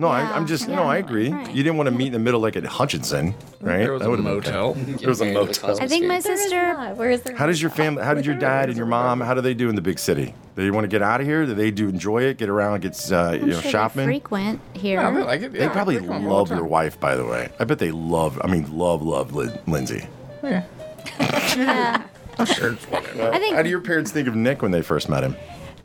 No, I, I'm just no. I agree.
right.
You didn't want to meet in the middle like at Hutchinson, right?
There was
That
a
would've been okay.
[LAUGHS] motel.
There
was a motel.
I think my
There is
sister.
not. Where is there?
How does your family? How did your dad and your mom? How do they do in the big city? They want to get out of here? Do they do enjoy it? Get around? Get uh, you
I'm
know
sure they
shopping?
frequent here.
I like it.
They
yeah,
probably
I think I'm all
love
the
your
time.
wife, by the way. I bet they love. I mean, love, love Lin- Lindsay.
[LAUGHS] Oh, Sure, it's whatever.
I think
How do your parents think of Nick when they first met him?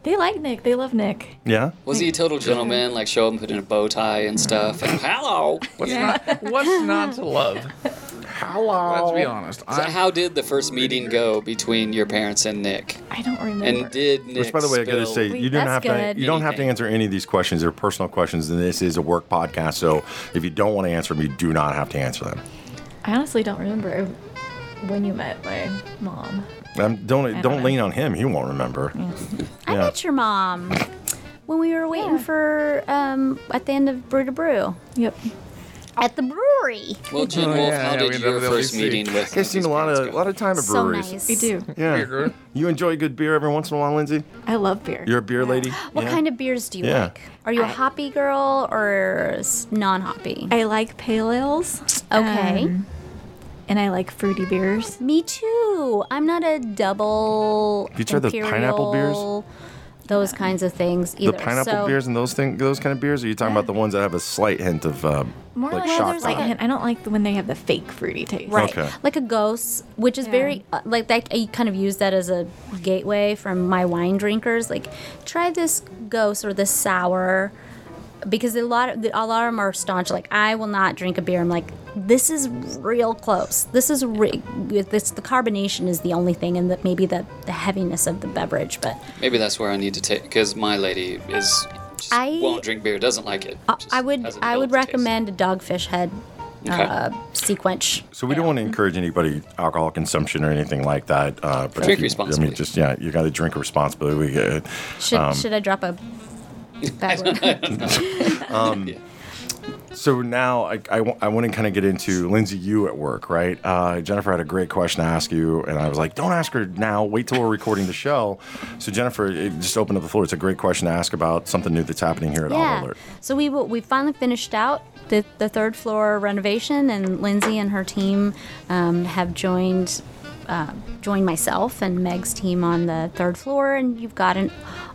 They like Nick. They love Nick.
Yeah.
Was he a total gentleman? Like show him putting a bow tie and stuff. And, Hello.
What's not What's not to love?
Hello.
Let's be honest.
So
I,
how did the first meeting go between your parents and Nick?
I don't remember.
And did Nick?
Which, by the way, I gotta
spill-
say, you don't have
that's
to.
good.
You don't have to
Anything.
answer any of these questions. They're personal questions, and this is a work podcast. So, if you don't want to answer them, you do not have to answer them.
I honestly don't remember when you met my mom.
Um, don't
don't
don't
know.
lean on him. He won't remember.
I
Yeah.
met your mom when we were waiting for um, at the end of Brew to Brew.
Yep.
at the brewery.
Well, Jen
Oh,
Wolf,
yeah,
how
yeah, we
did your
never
first
really see.
meeting with?
I've seen a lot of a lot of time at
So
breweries.
nice. We do.
Yeah. You enjoy good beer every once in a while, Lindsay.
I love beer.
You're a beer lady.
What kind of beers do you
Yeah.
like? Are you a hoppy girl or non hoppy?
I like pale ales.
Okay.
um, and I like fruity beers.
Me too. I'm not a double.
Have you tried the pineapple beers?
imperial, Those kinds of things either.
the pineapple
so,
beers and those thing, those kind of beers. Or are you talking about the ones that have a slight hint of uh,
More
like
like,
shock
there's like
tonic?
a, I don't like the, when they have the fake fruity taste.
Right.
Okay.
Like a ghost, which is very uh, like that. I kind of use that as a gateway from my wine drinkers. Like, try this ghost or this sour, because a lot of a lot of them are staunch. Like, I will not drink a beer. I'm like, this is real close. This is re- this the carbonation is the only thing, and that maybe the the heaviness of the beverage, but.
Maybe that's where I need to take because my lady is just
I-
won't drink beer, doesn't like it.
I- I would I would recommend a dogfish head
Okay.
uh, sequence.
So we don't
Mm-hmm.
want to encourage anybody alcohol consumption or anything like that. Uh, but if
Drink
you- I
responsibly.
mean, just yeah, you got to drink responsibly. We get
Should should I drop a bad word?
um, So now I, I, want to kind of get into Lindsay, you at work, right? Uh, Jennifer had a great question to ask you, and I was like, don't ask her now. Wait till we're recording the show. So, Jennifer, it just opened up the floor. It's a great question to ask about something new that's happening here at Auto Alert.
So we w- we finally finished out the, the third floor renovation, and Lindsay and her team um, have joined. Uh, joined myself and Meg's team on the third floor, and you've got an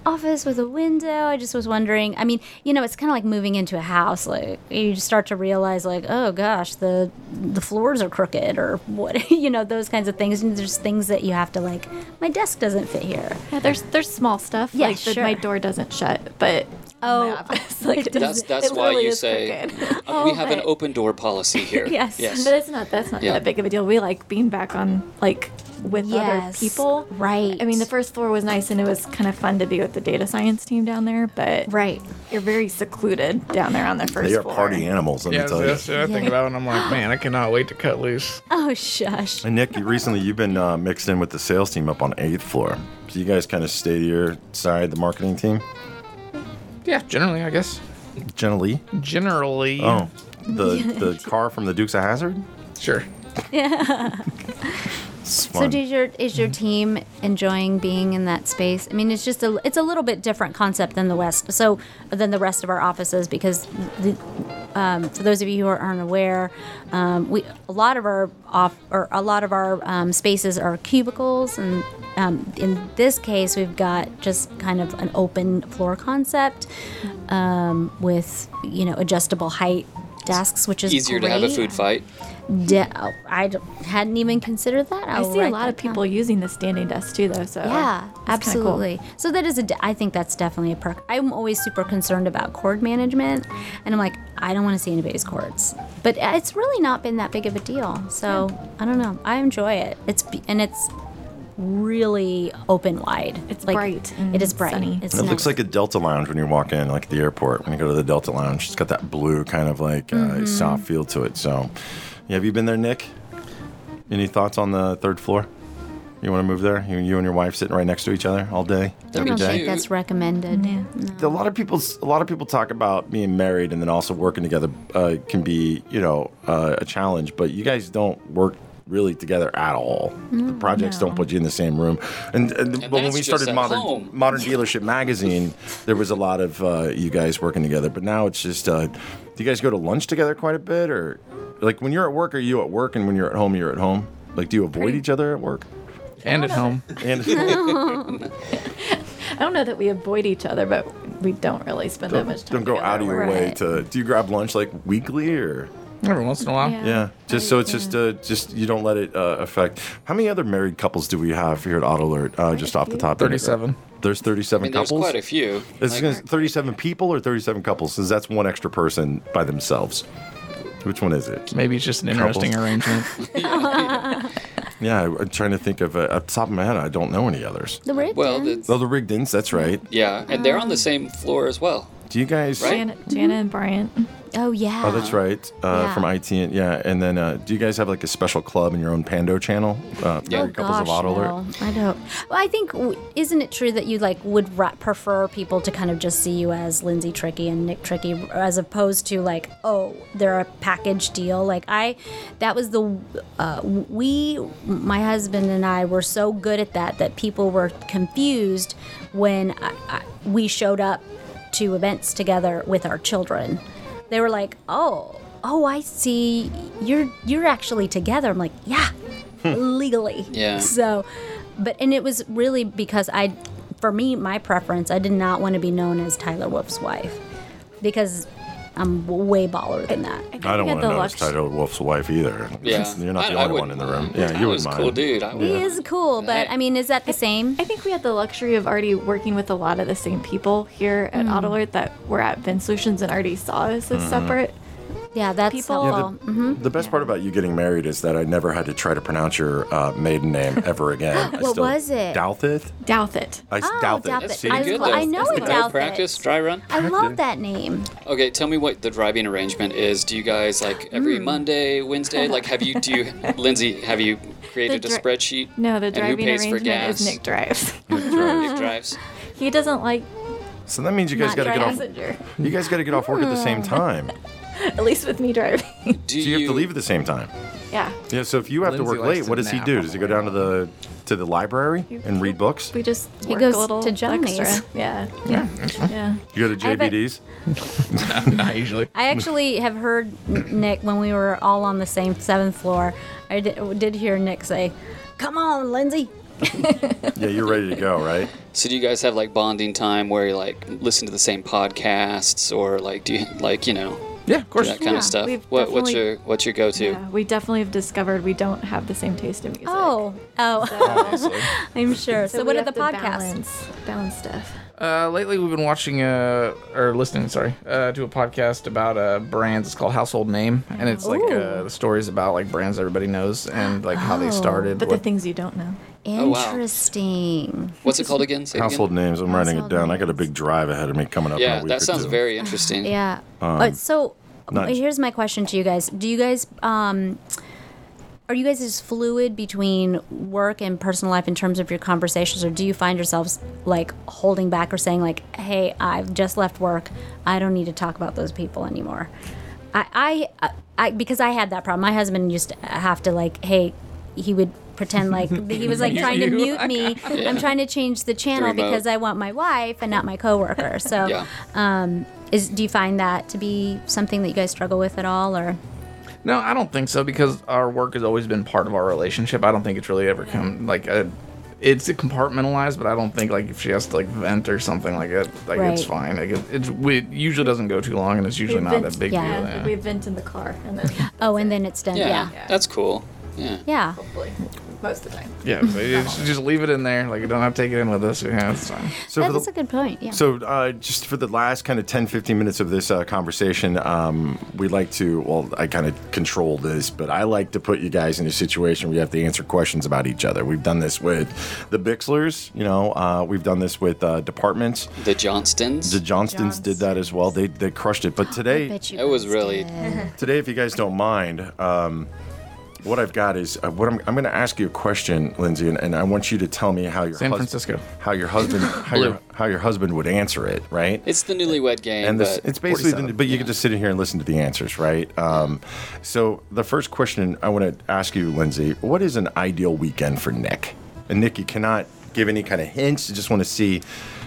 office with a window. I just was wondering. I mean, you know, it's kind of like moving into a house. Like you just start to realize, like, oh gosh, the the floors are crooked, or what, [LAUGHS] you know, those kinds of things. And there's things that you have to like. My desk doesn't fit here.
Yeah, there's there's small stuff.
Yeah,
like the-
sure.
my door doesn't shut, but
Oh,
it's like it
That's
[LAUGHS] doesn't-
that's
it
why
really
you
is
say
crooked.
[LAUGHS]
Oh
uh, we have an open door policy
[LAUGHS]
here.
Yes.
Yes.
But it's not that's not
Yeah.
that big of a deal. We like being back on like with
Yes,
other people.
right.
I mean the first floor was nice and it was kind of fun to be with the data science team down there, but
Right.
You're very secluded down there on the first
They are
floor.
party animals, let
Yeah,
me
so
tell you.
that's what I think about when I'm like, man, I cannot wait to cut loose.
Oh shush.
And Nick, you- recently you've been uh, mixed in with the sales team up on eighth floor. So you guys kind of stay to your side, the marketing team,
Yeah, generally, I guess.
generally.
Generally.
Oh, the
[LAUGHS]
the car from the Dukes of Hazard.
Sure.
Yeah. So,
fun.
did your is
Mm-hmm.
your team enjoying being in that space? I mean, it's just a it's a little bit different concept than the West. So than the rest of our offices because the, um, for those of you who aren't aware, um, we a lot of our off or a lot of our um, spaces are cubicles, and um, in this case, we've got just kind of an open floor concept
Mm-hmm.
um, with you know adjustable height desks, which is
easier to have a
great.
food fight.
De- oh, I d- hadn't even considered that. Oh,
I
will
see a
write
lot of
that
people
down.
using the standing desk too though, so
Yeah,
it's kinda cool.
absolutely. So that is a. De- I think that's definitely a perk. I'm always super concerned about cord management, and I'm like, I don't want to see anybody's cords. But uh, it's really not been that big of a deal. So I don't know. I enjoy it. It's be- and it's really open wide.
It's
like,
bright
It
and
is bright.
sunny.
It's
It looks
nice.
like a Delta Lounge when you walk in, like at the airport. When you go to the Delta Lounge, it's got that blue kind of like uh,
Mm-hmm.
soft feel to it. So, yeah, have you been there, Nick? Any thoughts on the third floor? You want to move there? You, you and your wife sitting right next to each other all day,
I
every
don't
day.
think that's recommended.
A lot of people, a lot of people talk about being married and then also working together uh, can be, you know, uh, a challenge. But you guys don't work really together at all. the
Mm,
projects don't put you in the same room. And, and, but when
that's
we
just
started
at
modern
home.
Modern Dealership Magazine, there was a lot of uh, you guys working together. But now it's just, uh, do you guys go to lunch together quite a bit, or like when you're at work, are you at work, and when you're at home, you're at home? Like, do you avoid each other
[LAUGHS]
at work?
And at home.
And
I don't know that we avoid each other, but we don't really spend that much time.
don't go
together.
out of your
We're-
way to. Do you grab lunch like weekly or?
Every once in a while.
Yeah.
Yeah, just so it's just uh, just you don't let it uh, affect. How many other married couples do we have here at Auto Alert? Uh, just off the top, of your-
37.
There's
I
thirty-seven
mean, there's
couples.
quite a few.
This is
Like,
gonna, thirty-seven people or thirty-seven couples? Since that's one extra person by themselves. Which one is it?
Maybe it's just an interesting
Couples.
arrangement.
Yeah, I, I'm trying to think of uh, at the top of my head. I don't know any others.
The Rigdons.
well, the,
Oh, the Rigdons. That's right.
Um.
yeah, and they're on the same floor as well.
Do you guys?
Right?
Jana, Jana and Bryant.
Oh yeah.
Oh, that's right. Uh,
Yeah.
From IT, and yeah. And then, uh, do you guys have like a special club in your own Pando channel? Uh,
Oh,
married couples of
gosh,
Auto
no.
Alert.
I don't. Well, I think w- isn't it true that you like would ra- prefer people to kind of just see you as Lindsay Tricky and Nick Tricky as opposed to like oh they're a package deal. Like I, that was the uh, we my husband and I were so good at that that people were confused when I, I, we showed up to events together with our children. They were like oh. Oh, I see. You're you're actually together. I'm like, yeah, legally.
Yeah.
So, but and it was really because I, for me, my preference, I did not want to be known as Tyler Wolf's wife, because I'm way baller than that.
I don't
had
want
the
to know it's
lux-
Tyler Wolf's wife either.
Yeah.
[LAUGHS] You're not the
I- I
only one in
wouldn't
the room.
mind.
Yeah, you
Tyler's
wouldn't
a
mind.
cool dude. I
He
would-
is cool, but I mean, is that the same?
I think we had the luxury of already working with a lot of the same people here
Hmm.
at
Mm.
Auto Alert that were at Vin Solutions and already saw us as
Hmm.
Mhm.
separate.
Yeah, that's
people.
Yeah, the,
mm-hmm.
the best part about you getting married is that I never had to try to pronounce your uh, maiden
[LAUGHS]
name ever again. I
What
still
was it?
Douthit?
Douthit.
I
Oh,
doubt it.
Douthit.
See?
I
Good,
lo-
though.
I know
That's
it
good.
out
Practice, dry run.
Uh,
I love that name.
Okay, tell me what the driving arrangement is. Do you guys like
Hmm.
every Monday,
[LAUGHS]
Wednesday? Like, have you do you, Lindsay? Have you created
dri-
a spreadsheet?
No, the
And who
driving
pays for
arrangement is
gas?
Nick Uh-huh. drives. [LAUGHS]
Nick drives.
he doesn't like
So that means you guys
not
got to get off.
driving. Get
You guys got to get off work at the
Hmm.
same time.
At least with me driving.
Do
So you have to leave at the same time.
yeah.
Yeah. So if you have
Lindsay
to work
likes
late,
to
what does he
nap
do?
on
Does he go down to the to the library and
[LAUGHS]
read books?
We just
He
work
goes
a little
to Johnny's.
extra. Yeah. Yeah. Yeah.
You go to
I bet-
JBD's.
Not usually.
I actually have heard N- Nick when we were all on the same seventh floor. I did, did hear Nick say, "Come on, Lindsay."
Yeah, you're ready to go, right?
So do you guys have like bonding time where you like listen to the same podcasts or like do you like you know
Yeah, of
do
course.
that kind
Yeah,
of stuff?
we've
What, what's
definitely-
your what's your go to?
Yeah, we definitely have discovered we don't have the same taste in music.
Oh, oh,
Obviously.
[LAUGHS] I'm sure. So,
So
what
we
are the
have to
podcasts?
Balance, balance stuff.
Uh, lately, we've been watching uh, or listening, sorry, uh, to a podcast about uh, brands. It's called Household Name, and it's like uh,
Ooh.
the stories about like brands everybody knows and like how they
Oh.
started.
But the
what-
things you don't know.
Oh,
wow.
Interesting.
What's it called again? Say it again.
Household names. I'm writing it
Household
down. I got a
names.
big drive ahead of me coming up. in
Yeah,
a week
that
or
sounds
two.
very interesting.
Yeah. Uh, so
not-
here's my question to you guys: Do you guys um, are you guys as fluid between work and personal life in terms of your conversations, or do you find yourselves like holding back or saying like, "Hey, I've just left work. I don't need to talk about those people anymore." I, I, I because I had that problem. My husband used to have to like, hey, he would pretend like he was like trying to mute me. I'm trying to change the channel
remote.
because I want my wife and not my coworker. So,
Yeah.
um, is do you find that to be something that you guys struggle with at all, or
No, I don't think so because our work has always been part of our relationship. I don't think it's really ever come like a, it's compartmentalized, but I don't think like if she has to like vent or something like it, like it's
Right.
fine. Like it, it's we, it usually doesn't go too long, and it's usually
We've
not
been-
a big
yeah.
deal.
We vent in the car and then
oh, and then it's done?
Yeah,
Yeah,
that's cool. Yeah.
yeah.
hopefully most of the time.
Yeah, but it's- just leave it in there. Like you don't have to take it in with us. Yeah, it's fine.
So for
That's
the-
a good point. Yeah.
So, uh, just for the last kind of 10, 15 minutes of this uh, conversation, um, we like to, well, I kind of control this, but I like to put you guys in a situation where you have to answer questions about each other. We've done this with the Bixlers, you know, uh, we've done this with uh, departments.
The Johnstons.
The Johnstons did that as well. They, they crushed it.
[GASPS]
But
I
today,
bet you
It was
guys
really-
did.
today, if you guys don't mind, um, what I've got is uh, what I'm, I'm going to ask you a question, Lindsay, and, and I want you to tell me how your
San
hus-
Francisco.
how
[LAUGHS]
your husband, how, your, how your husband would answer it, right?
it's the newlywed game.
and this,
but
it's basically, the,
47,
but you can just sit in here and listen to the answers, right? Um, so the first question I want to ask you, Lindsay, what is an ideal weekend for Nick? And Nick, you cannot give any kind of hints. You just want to see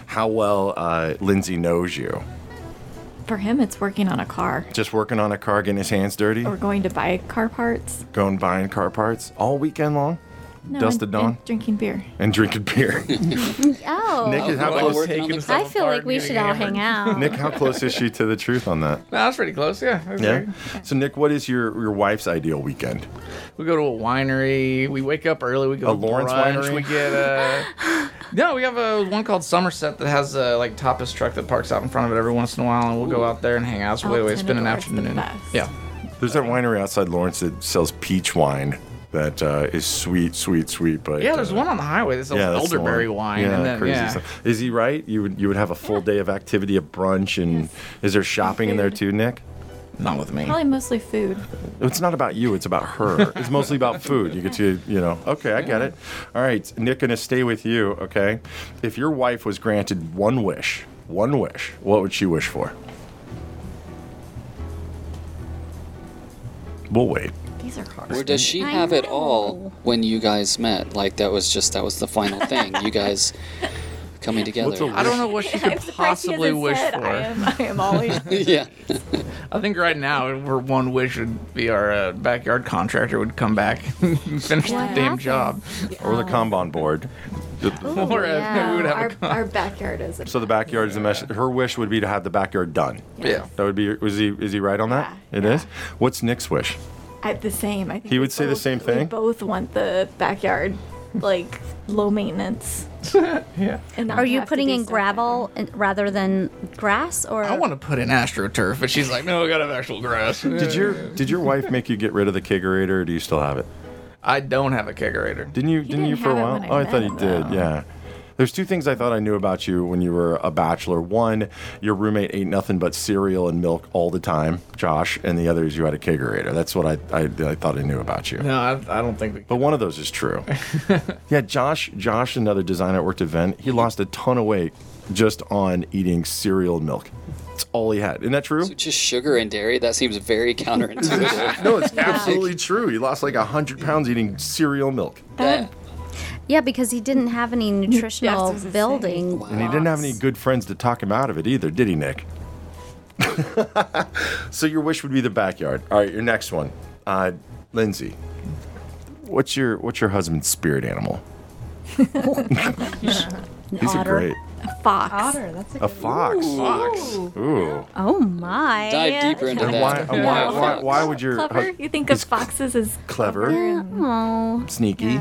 how well uh, Lindsay knows you.
For him, it's working on a car.
Just working on a car, getting his hands dirty,
We're going to buy car parts.
going buying car parts all weekend long,
No,
dust
and-
to dawn,
and drinking beer.
and drinking [LAUGHS] beer.
Oh,
Nick is- How
Well,
close-
working on the-
I feel like we should all hang out.
Nick, how close is she to the truth on that?
No, that's pretty close. Yeah. that's
Yeah.
pretty-
So Nick, what is your your wife's ideal weekend?
We go to a winery. We wake up early. We go
A
to
Lawrence
brunch,
winery?
We
[LAUGHS]
get a. No, we have a one called Somerset that has a like tapas truck that parks out in front of it every once in a while, and we'll go out there and hang out. So we
Alton
way, spend an
Adore's the
afternoon.
best.
Yeah.
There's that winery outside Lawrence that sells peach wine that uh, is sweet, sweet, sweet. But
Yeah, there's
uh,
one on the highway that sells
yeah, that's the
elderberry
one.
wine.
Yeah,
and then,
crazy
yeah.
stuff. Is he right? You would you would have a full day of activity, a brunch, and is there shopping in there too, Nick?
Not with
[LAUGHS]
me.
Probably mostly food.
It's not about you. It's about her. It's mostly about food. You get to, you know. Okay, I get it. All right, Nick, gonna stay with you. Okay, if your wife was granted one wish, one wish, what would she wish for? We'll wait.
These are hard.
Or does she have it all when you guys met? Like that was just that was the final thing. You guys coming together.
I don't know what she could possibly wish for.
I am
[LAUGHS]
always.
yeah.
I think right now, her one wish would be our uh, backyard contractor would come back [LAUGHS] and finish the
What
damn
happens?
job.
Or the
[LAUGHS]
Kanban board.
Or, uh, [LAUGHS] we would have
our,
a
our backyard is. A,
So the backyard is the mesh. Her wish would be to have the backyard done.
Yeah.
That would be. Was he? Is he right on that? It is. What's Nick's wish?
I, the same. I think
He
we
would say the
both-
same
we
thing?
both want the backyard, like low maintenance.
yeah.
And not
Are you
have to
putting
do
in
stuff.
gravel and- rather than grass, or
I want to put in astroturf, but she's like, no, I gotta have actual grass.
Did your Did your wife make you get rid of the kegerator, or do you still have it?
I don't have a kegerator.
Didn't you? Didn't, you
didn't
for a
have it
while?
when I
oh, I
met
thought he
him,
did. Yeah. There's two things I thought I knew about you when you were a bachelor. One, your roommate ate nothing but cereal and milk all the time, Josh, and the other is you had a kegerator. That's what I, I, I thought I knew about you.
No, I, I don't think.
But one of those is true. yeah, Josh, Josh, another designer at worked event. He lost a ton of weight just on eating cereal and milk. That's all he had. Isn't that true?
So just sugar and dairy? That seems very
[LAUGHS]
counterintuitive.
No, it's absolutely true. He lost like hundred pounds eating cereal and milk,
That-
yeah, because he didn't
[LAUGHS]
have any nutritional building.
and he didn't have any good friends to talk him out of it either, did he, Nick? [LAUGHS] so your wish would be the backyard. All right, your next one, uh, Lindsay. What's your what's your husband's spirit animal? These are
Otter.
great.
Fox.
Otter, that's a,
A
good
fox.
Fox.
Ooh.
Oh my!
Dive deeper into
And
that.
why, and why,
Wow.
why, why would your
Clever.
hus-
You think of
is
foxes as
clever,
clever and
Oh,
sneaky?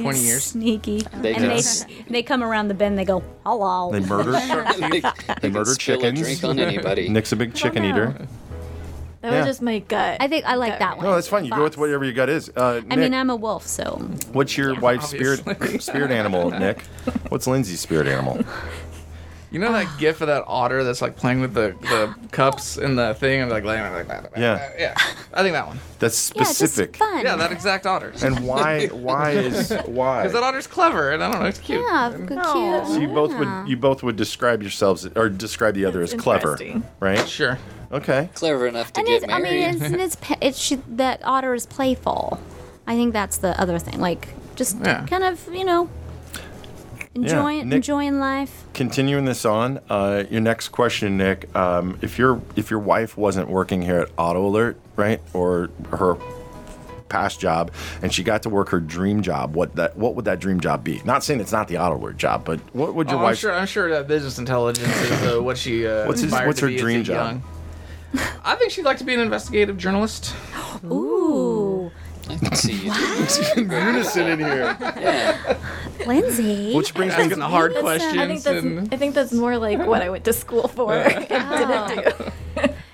Twenty years.
sneaky.
They
and they,
just-
they come around the bend. They go hello.
[LAUGHS]
They
[LAUGHS]
murder.
they, they
murder
spill
chickens.
A drink
[LAUGHS]
on anybody.
Nick's a big chicken eater.
that
Yeah.
was just my gut.
I think I like that one.
No, that's fine. You go with whatever you got is. Uh, Nick,
I mean, I'm a wolf, so
what's your wife's
obviously.
spirit [LAUGHS] spirit animal, Nick? What's Lindsay's
[LAUGHS]
spirit animal?
You know that gif of that otter that's like playing with the, the cups in the thing and like laying there like that.
Yeah.
uh, Yeah. I think that one.
That's specific.
yeah, just fun.
Yeah, that exact otter. Because
and
[LAUGHS]
why? Why is why?
that otter's clever and I don't know, it's cute.
Yeah, good, cute.
So you both would you both would describe yourselves or describe the other as clever,
interesting.
right?
Sure.
Okay.
Clever enough to
And
get
it's, I
married.
mean, it's, and it's, pa- it's she, that otter is playful. I think that's the other thing. Like, just
Yeah.
kind of, you know, enjoying
Nick-
enjoying life.
Continuing this on, uh, your next question, Nick. Um, if your if your wife wasn't working here at Auto Alert, right, or her past job, and she got to work her dream job, what that what would that dream job be? Not saying it's not the Auto Alert job, but what would your
Oh, I'm
wife?
sure. I'm sure that business intelligence is uh, what she. Uh,
What's his-
aspired
what's
to
her
be as
dream
a
job?
young- I think she'd like to be an investigative journalist.
Ooh,
I can see you. [LAUGHS]
unison in here.
Yeah.
Lindsay.
Which brings me
Asking
to
hard
That's, uh, I
questions.
I think that's
and,
I think that's more like what I went to school
[LAUGHS]
for.
Oh.
I didn't do.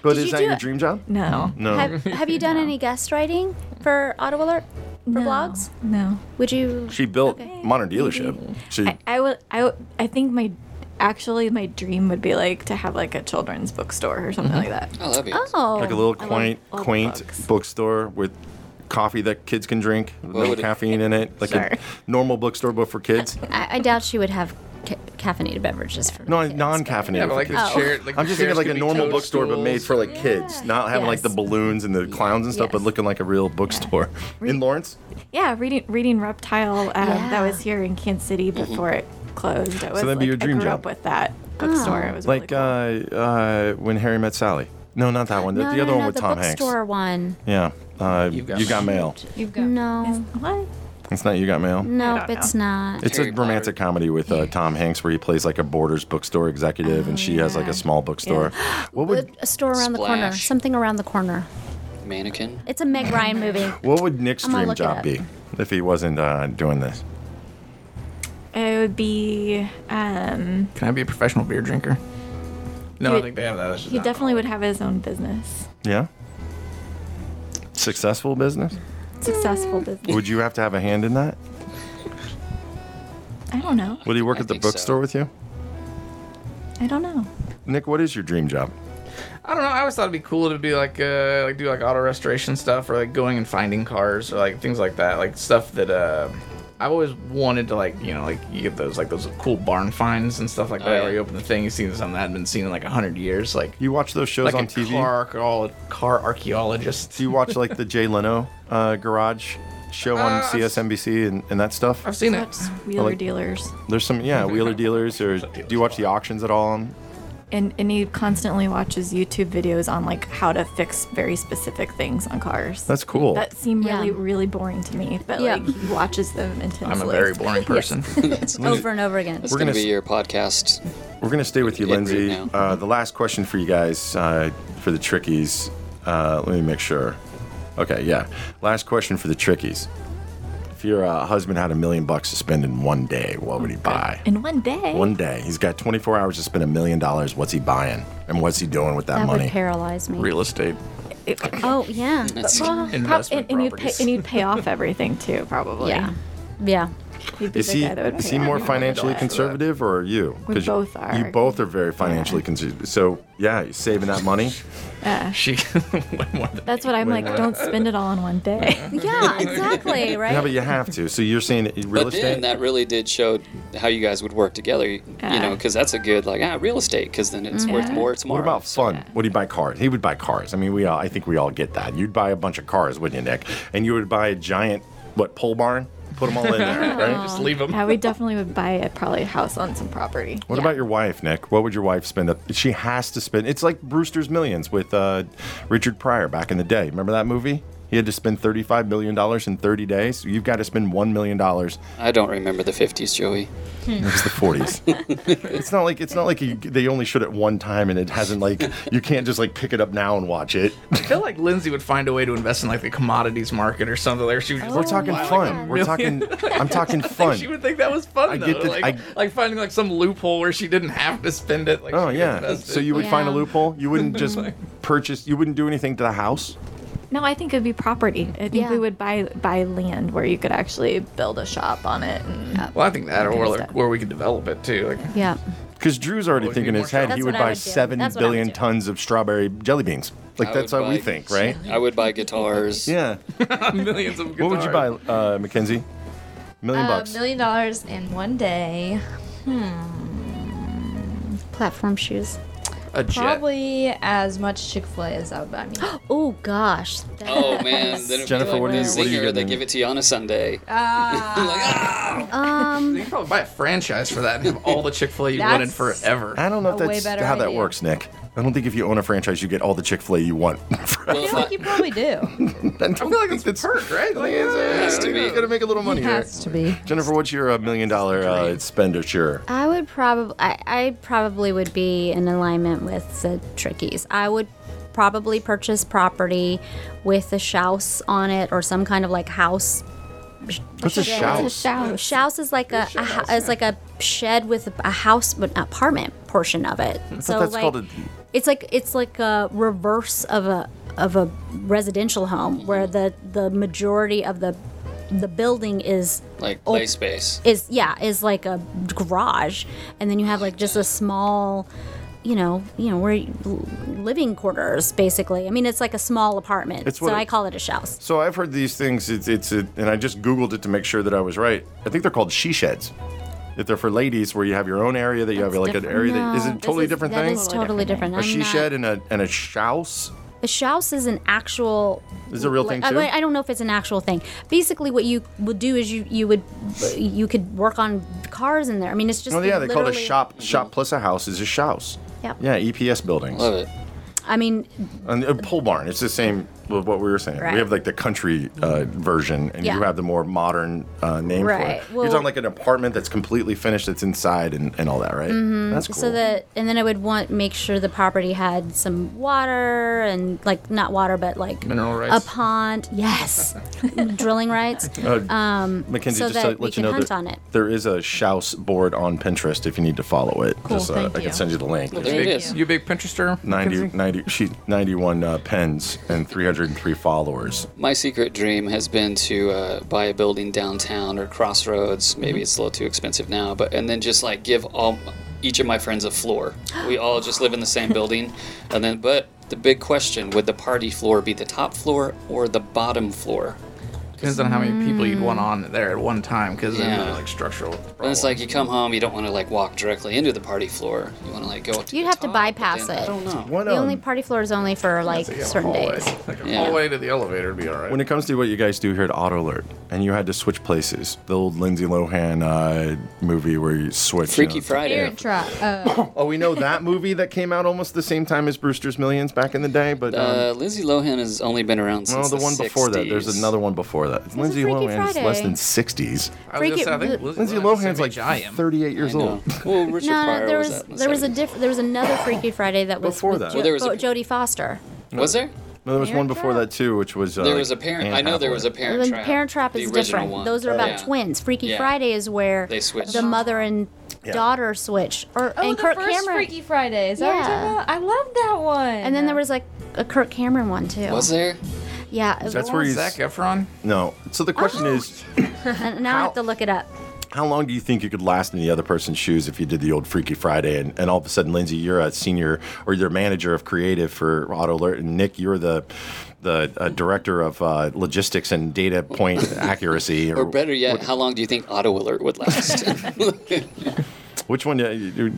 but
Did
is
you
that
do
your
it-
dream job?
No.
[LAUGHS] No.
have, have you done any guest writing for Auto Alert for
No.
blogs?
No.
Would you?
she built modern dealership. She
I, I would I would- I think my actually my dream would be like to have like a children's bookstore or something like that.
I love you.
Oh,
like a little
I love
quaint
old
quaint
books.
bookstore with coffee that kids can drink, no
would it-
caffeine in it, like a
Sure.
normal bookstore but for kids.
I, I doubt she would have ca- caffeinated beverages for
No,
kids.
non-caffeinated.
yeah, but
for
like the
kids.
chair. Like
Oh. I'm
the
just thinking
chairs
like
could
a
be
normal bookstore, but
toadstools.
made for like kids, not having like the
Yes.
balloons and the clowns and stuff, but
Yes.
looking like a real
[LAUGHS]
bookstore in Lawrence.
Yeah, reading reading Reptile um,
Yeah.
that was here in Kansas City before it closed. It was
that'd
like,
be your dream
I grew
job.
up with that bookstore. It was
Like uh,
really
uh, when Harry met Sally. No, not that one. The,
no,
the
no,
other
no,
one with
the
Tom Hanks.
bookstore one.
Yeah. Uh, you
You've
got,
Got
mail.
You've got
No,
cool. what?
It's not you got mail.
no,
don't know.
it's not.
It's
Harry
a
Potter.
romantic comedy with uh, Tom Hanks where he plays like a Borders bookstore executive and she has like a small bookstore. What would
a store around the corner,
Splash.
something around the corner.
Mannequin.
It's a Meg Ryan movie.
What would Nick's
I'm gonna
dream
look it
job
up.
be if he wasn't uh, doing this?
It would be. Um,
Can I be a professional beer drinker? No, I
You'd-
think they have that. That's just
he
not-
definitely would have his own business,
Yeah. Successful business?
successful
Hmm.
business.
Would you have to have a hand in that?
I don't know.
Would he work
I
at the
think so.
bookstore with you?
I don't know.
Nick, what is your dream job?
I don't know. I always thought it'd be cool to be like, uh, like do like auto restoration stuff or like going and finding cars or like things like that, like stuff that uh, I've always wanted to like, you know, like you get those like those cool barn finds and stuff like
Oh,
that.
yeah.
Where you open the thing, you see something that hadn't been seen in like hundred years. Like
you watch those shows
like
on
a
TV?
Car, archaeol- car archaeologist.
Do you watch like the Jay Leno uh, garage show on
Uh,
CSNBC and, and that stuff?
I've seen it.
That's Wheeler Dealers.
There's some yeah Wheeler Dealers or do you watch the auctions at all? On
And, and he constantly watches YouTube videos on like how to fix very specific things on cars.
That's cool.
That seemed really, really boring to me, but like he watches them intensely. Yes.
over and over again.
That's going to be your podcast.
We're gonna stay with you,
Hit
Lindsay.
route
Uh, the last question for you guys uh, for the trickies. Uh, let me make sure. Okay, yeah. Last question for the trickies. If your uh, husband had a million bucks to spend in one day, what would he buy?
In one day.
One day. He's got 24 hours to spend a million dollars. What's he buying? And what's he doing with that,
That would
money?
paralyze me.
Real estate.
Oh yeah.
That's
Well, prob-
investment
and, and you'd pay,
properties.
and you'd pay off everything too, probably.
Yeah. Yeah.
He'd be
Is
the
he,
guy that would
is
pay
he
off
more
everything.
financially conservative or are you?
We
'Cause you-
both are.
You both are very financially conservative. So, yeah, you're saving
[LAUGHS]
that money.
Yeah.
She
That's what I'm like.
Wait, what?
Don't spend it all in one
[LAUGHS]
day.
[LAUGHS] yeah, exactly.
Yeah, but you have to. So you're saying that real
but
estate?
then that really did show how you guys would work together. You, you know, because that's a good like ah real estate because then it's worth more tomorrow.
What about fun? Would he buy cars? He would buy cars. I mean, we all, I think we all get that. You'd buy a bunch of cars, wouldn't you, Nick? And you would buy a giant, what, pole barn? Put them all in there, right?
Aw. Yeah, we definitely would buy a probably a house on some property.
What about your wife, Nick? What would your wife spend? Up? She has to spend. It's like Brewster's Millions with uh, Richard Pryor back in the day. Remember that movie? He had to spend $35 million in 30 days. You've got to spend $1 million. It
I don't remember the '50s, Joey.
was the 40s. it's not like it's not like you, they only should at one time and it hasn't like you can't just like pick it up now and watch it.
I feel like Lindsay would find a way to invest in like the commodities market or something. Like she would just
We're talking fun. We're talking. I'm talking
[LAUGHS] I think
fun.
she would think that was fun.
I
though.
get that-
Like,
I-
like finding like some loophole where she didn't have to spend it. Like,
Oh
she
yeah.
invested.
So you would find a
Yeah.
loophole. You
[LAUGHS]
wouldn't just purchase. You wouldn't do anything to the house.
No, I think it'd be property. I think we would buy buy land where you could actually build a shop on it. And
Well, I think that, or like, where we could develop it too. Like, [LAUGHS]
Yeah.
Because Drew's already
Would be
thinking in
more
his head
That's
he
what
would
I
buy
would do.
seven
That's what I would
billion tons of strawberry jelly beans. Like
I
that's
would
how we
buy-
think, right?
I would buy guitars.
Yeah.
Millions of
What would you buy, uh, Mackenzie? Million
Uh,
bucks.
million dollars in one day. Hmm.
Platform shoes.
A
Probably as much Chick Fil A as that would buy me.
oh gosh.
Oh man, then it'd
Jennifer,
be like
what
the
do you- what do you
zinger
get
they
in?
give it to you on a Sunday.
Uh, Um,
you could probably buy a franchise for that and have all the Chick Fil A you wanted
That's
forever.
I don't know if
a way
that's
better
how that
idea.
works, Nick. I don't think if you own a franchise, you get all the Chick Fil A you want. [LAUGHS]
I feel like you probably do.
I feel
like it's, it's hurt, right? Like, it's,
has to be. Gotta make a little money
It
here.
has to be.
Jennifer, what's your uh, million dollar uh, expenditure?
I would probably, I, I probably would be in alignment with the trickies. I would probably purchase property with a shouse on it or some kind of like house.
What's a
Yeah,
shouse?
Shouse is like a, a hou- it's like a shed with a house, but an apartment portion of it.
Hmm. I thought
so
that's
like,
called a.
It's like it's like a reverse of a of a residential home where the the majority of the the building is
Like
Oh.
play space.
is yeah is like a garage, and then you have like just a small, you know, you know where you- living quarters basically. I mean, it's like a small apartment,
It's
so
what it-
I call it a shouse.
So I've heard these things. It's it's a, and I just googled it to make sure that I was right. I think they're called she sheds. If they're for ladies, where you have your own area that you have like an area that is it a
No, this
totally
is-
different
that
thing?
is totally different.
A she
I'm not-
shed and a and a shouse.
A shouse is an actual.
Is it a real
like-
thing
I-
too?
I, don't know if it's an actual thing. Basically, what you would do is you you would you could work on cars in there. I mean, it's just.
oh yeah, they call it a
literally-
shop. Shop plus a house is a shouse.
Yep.
Yeah, EPS buildings.
Love it.
I mean,
And a pole barn. It's the same with what we were saying.
Right.
We have like the country uh, version, and you
Yeah.
have the more modern uh, name
Right.
for it.
Well-
You're talking like an apartment that's completely finished, that's inside, and, and all that, right?
mhm.
That's cool.
So that and then I would want make sure the property had some water and like not water but like
Mineral rights.
a pond.
[LAUGHS]
Yes, drilling rights.
Uh,
um,
Mackenzie,
so
just
that
to
we
let you
can
know
hunt
that
on it.
there is a Shouse board on Pinterest if you need to follow it.
Cool,
just, uh,
thank
I
you.
can send you the link.
You
It's
big, you big Pinterester?
90,
Mackenzie?
90, she, 91 uh, pens and 303 followers.
My secret dream has been to uh, buy a
Mm-hmm.
building downtown or crossroads. Maybe it's a little too expensive now, but and then just like give all each of my friends
[GASPS]
a floor. We all just live in the same building, and then but the big question: would the party floor be the top floor or the bottom floor?
Depends on how many people you'd want on there at one time because
Yeah.
like structural.
And it's like you come home, you don't want to like walk directly into the party floor. You want to like go up to
You'd have to bypass it.
One,
the only
um,
party floor is only for like certain days.
Yeah.
hallway to the elevator would be all right.
When it comes to what you guys do here at Auto Alert, and you had to switch places, the old Lindsay Lohan uh, movie where you switch. you know.
Freaky Friday.
Spirit Trap. Uh,
Oh, we know that movie that came out almost the same time as Brewster's Millions back in the day, but um,
Uh, Lindsay Lohan has only been around since
well, the, one before that. There's
60s.
another one before that. Lindsay
Freaky
Lohan is less
Friday.
than 60s.
I was gonna
Freaky-
say, I think
Lindsay
Lindsay
Lohan's like 38 years
I know.
old.
Well, Richard
No,
Pryor
there
was,
was
out in the
there was a
70s.
diff- there was another Freaky Friday that was
Before
with
that.
Jo-
Well, there was a-
Bo- Jodie Foster.
Was there?
No, there was one
Parent
before
Trap?
that too, which was uh,
There
like
was a parent.
Anne
I know there was a
Hathaway.
parent.
Then
trap.
Parent Trap
the
is
original
different.
One.
Those are about
Yeah.
twins. Freaky
Yeah.
Friday is where
They switched.
the mother and daughter switch, or
oh,
and
the
Kirk
first
Cameron.
Freaky Friday. Is that what you're
Yeah.
talking about? I love that one.
and then there was like a Kirk Cameron one too.
Was there?
Yeah. it
That's
was-
where he's
Zac Efron.
no. So the question
Oh.
is,
and Now I have to look it up.
how long do you think you could last in the other person's shoes if you did the old Freaky Friday? And, and all of a sudden, Lindsay, you're a senior or you're manager of creative for Auto Alert, and Nick, you're the the uh, director of uh, logistics and data point
[LAUGHS]
accuracy.
Or better yet, how long do you think auto alert
[LAUGHS]
would last?
which one? uh, you- you-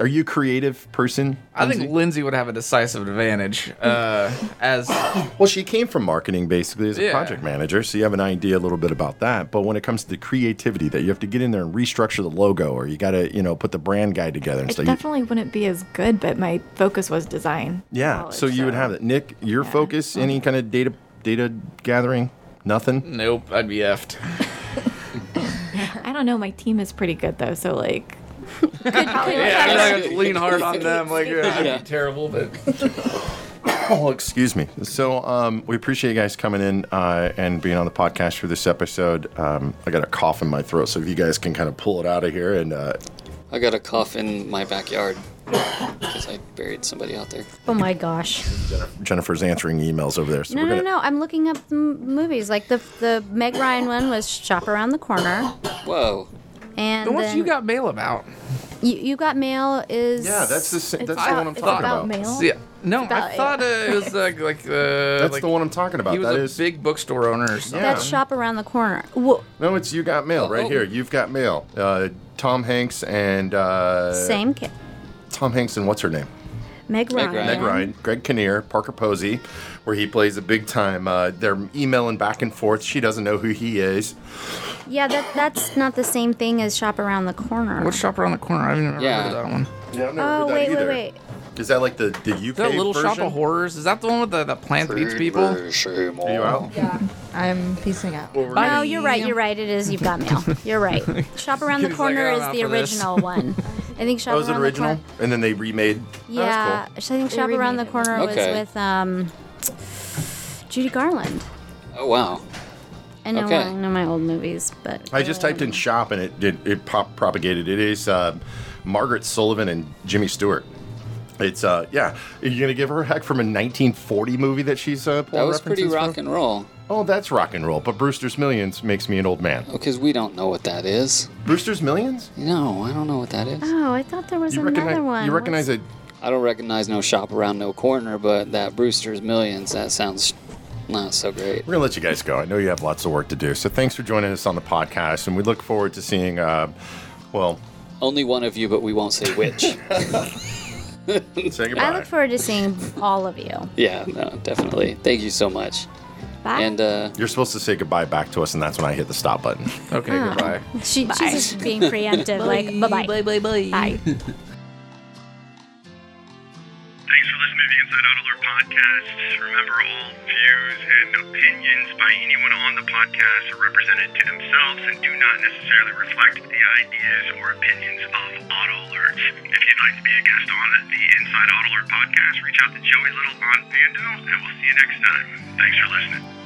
Are you a creative person?
I think
Lindsay?
Lindsay would have a decisive advantage uh,
[LAUGHS]
as
Well, she came from marketing basically as a
Yeah.
project manager, so you have an idea a little bit about that. But when it comes to the creativity, that you have to get in there and restructure the logo, or you got to you know put the brand guide together and
It
stuff. You-
definitely wouldn't be as good, but my focus was design.
yeah,
college,
so you would have it. Nick, your focus, any kind of data data gathering, nothing.
nope. I'd be effed.
I don't know. My team is pretty good though, so like.
Yeah, I'm not gonna lean hard on them. Like uh, I'd
Yeah.
be terrible, but
[COUGHS] Oh, excuse me. So um, we appreciate you guys coming in uh, and being on the podcast for this episode. Um, I got a cough in my throat, so if you guys can kind of pull it out of here and uh,
I got a cough in my backyard because I buried somebody out there.
Oh my gosh.
Jennifer's answering emails over there. So
No,
we're
no,
gonna,
no. I'm looking up the m- movies. Like the the Meg Ryan one was Shop Around the Corner,
Whoa.
and
the ones
then
you got mail about.
you, You Got Mail is
Yeah, that's the same. That's
about-
the one I'm
it's
talking
about
about.
mail.
See, no,
about-
I thought uh, it was like like uh,
That's
like-
the one I'm talking about.
He was
That
a
is-
big bookstore owner. Or something.
Yeah.
that's Shop Around the Corner. Wha-
No, it's you got mail right
Oh.
here. You've got mail. Uh, Tom Hanks and uh,
Same ca-
Tom Hanks and what's her name?
Meg
Meg
Ryan.
Ryan.
Meg Ryan, Greg Kinnear, Parker Posey, where he plays a big time. Uh, they're emailing back and forth. She doesn't know who he is.
Yeah, that that's not the same thing as Shop Around the Corner.
What shop around the corner? I've never
Yeah.
heard of that one.
Yeah, I've never
oh
heard that
wait,
either.
wait, wait.
Is that like the the UK
Is that Little
version?
Shop of Horrors? Is that the one with the, the plant that eats people?
Are you out?
I'm piecing out.
Well, we're
Oh,
gonna-
you're right. You're right. It is. You've got
[LAUGHS]
mail. You're right. Shop Around the
He's like,
Corner
I'm
is
out
the
for this.
[LAUGHS]
original one. I think Shop
that was an
Around the
original, Oh,
Corner.
and then they remade. oh,
Yeah,
That was
I think Shop Around the
remade it.
Corner
Okay.
was with um, Judy Garland.
Oh, wow.
I know,
Okay.
I know my old movies, but
cool. I just typed in shop and it it, it pop propagated. It is uh, Margaret Sullivan and Jimmy Stewart. It's uh yeah. Are you gonna give her a heck from a 1940 movie that she's uh pulling
That was pretty
references
rock
from?
and roll.
Oh, that's rock and roll. But Brewster's Millions makes me an old man.
Because we don't know what that is.
Brewster's Millions?
No, I don't know what that is.
oh, I thought there was
You
another
recognize?
one.
You recognize
What's-
it?
I don't recognize no shop around no corner, but that Brewster's Millions, that sounds not so great.
We're gonna let you guys go. I know you have lots of work to do. So thanks for joining us on the podcast, and we look forward to seeing. Uh, well,
Only one of you, but we won't say which.
say goodbye.
I look forward to
[LAUGHS]
seeing all of you.
yeah, no, definitely. Thank you so much.
Bye.
And uh,
You're supposed to say goodbye back to us, and that's when I hit the stop button.
Okay,
Ah.
goodbye.
she, she's just being preemptive, like bye bye.
bye, bye.
Bye.
Thanks for listening to the Inside Out Alert podcast. Remember, all views and opinions by anyone on the podcast are represented to themselves and do not necessarily reflect the ideas or opinions of Auto Alerts. If you'd like to be a guest on the Inside Auto Alert podcast, reach out to Joey Little on Bando, and we'll see you next time. Thanks for listening.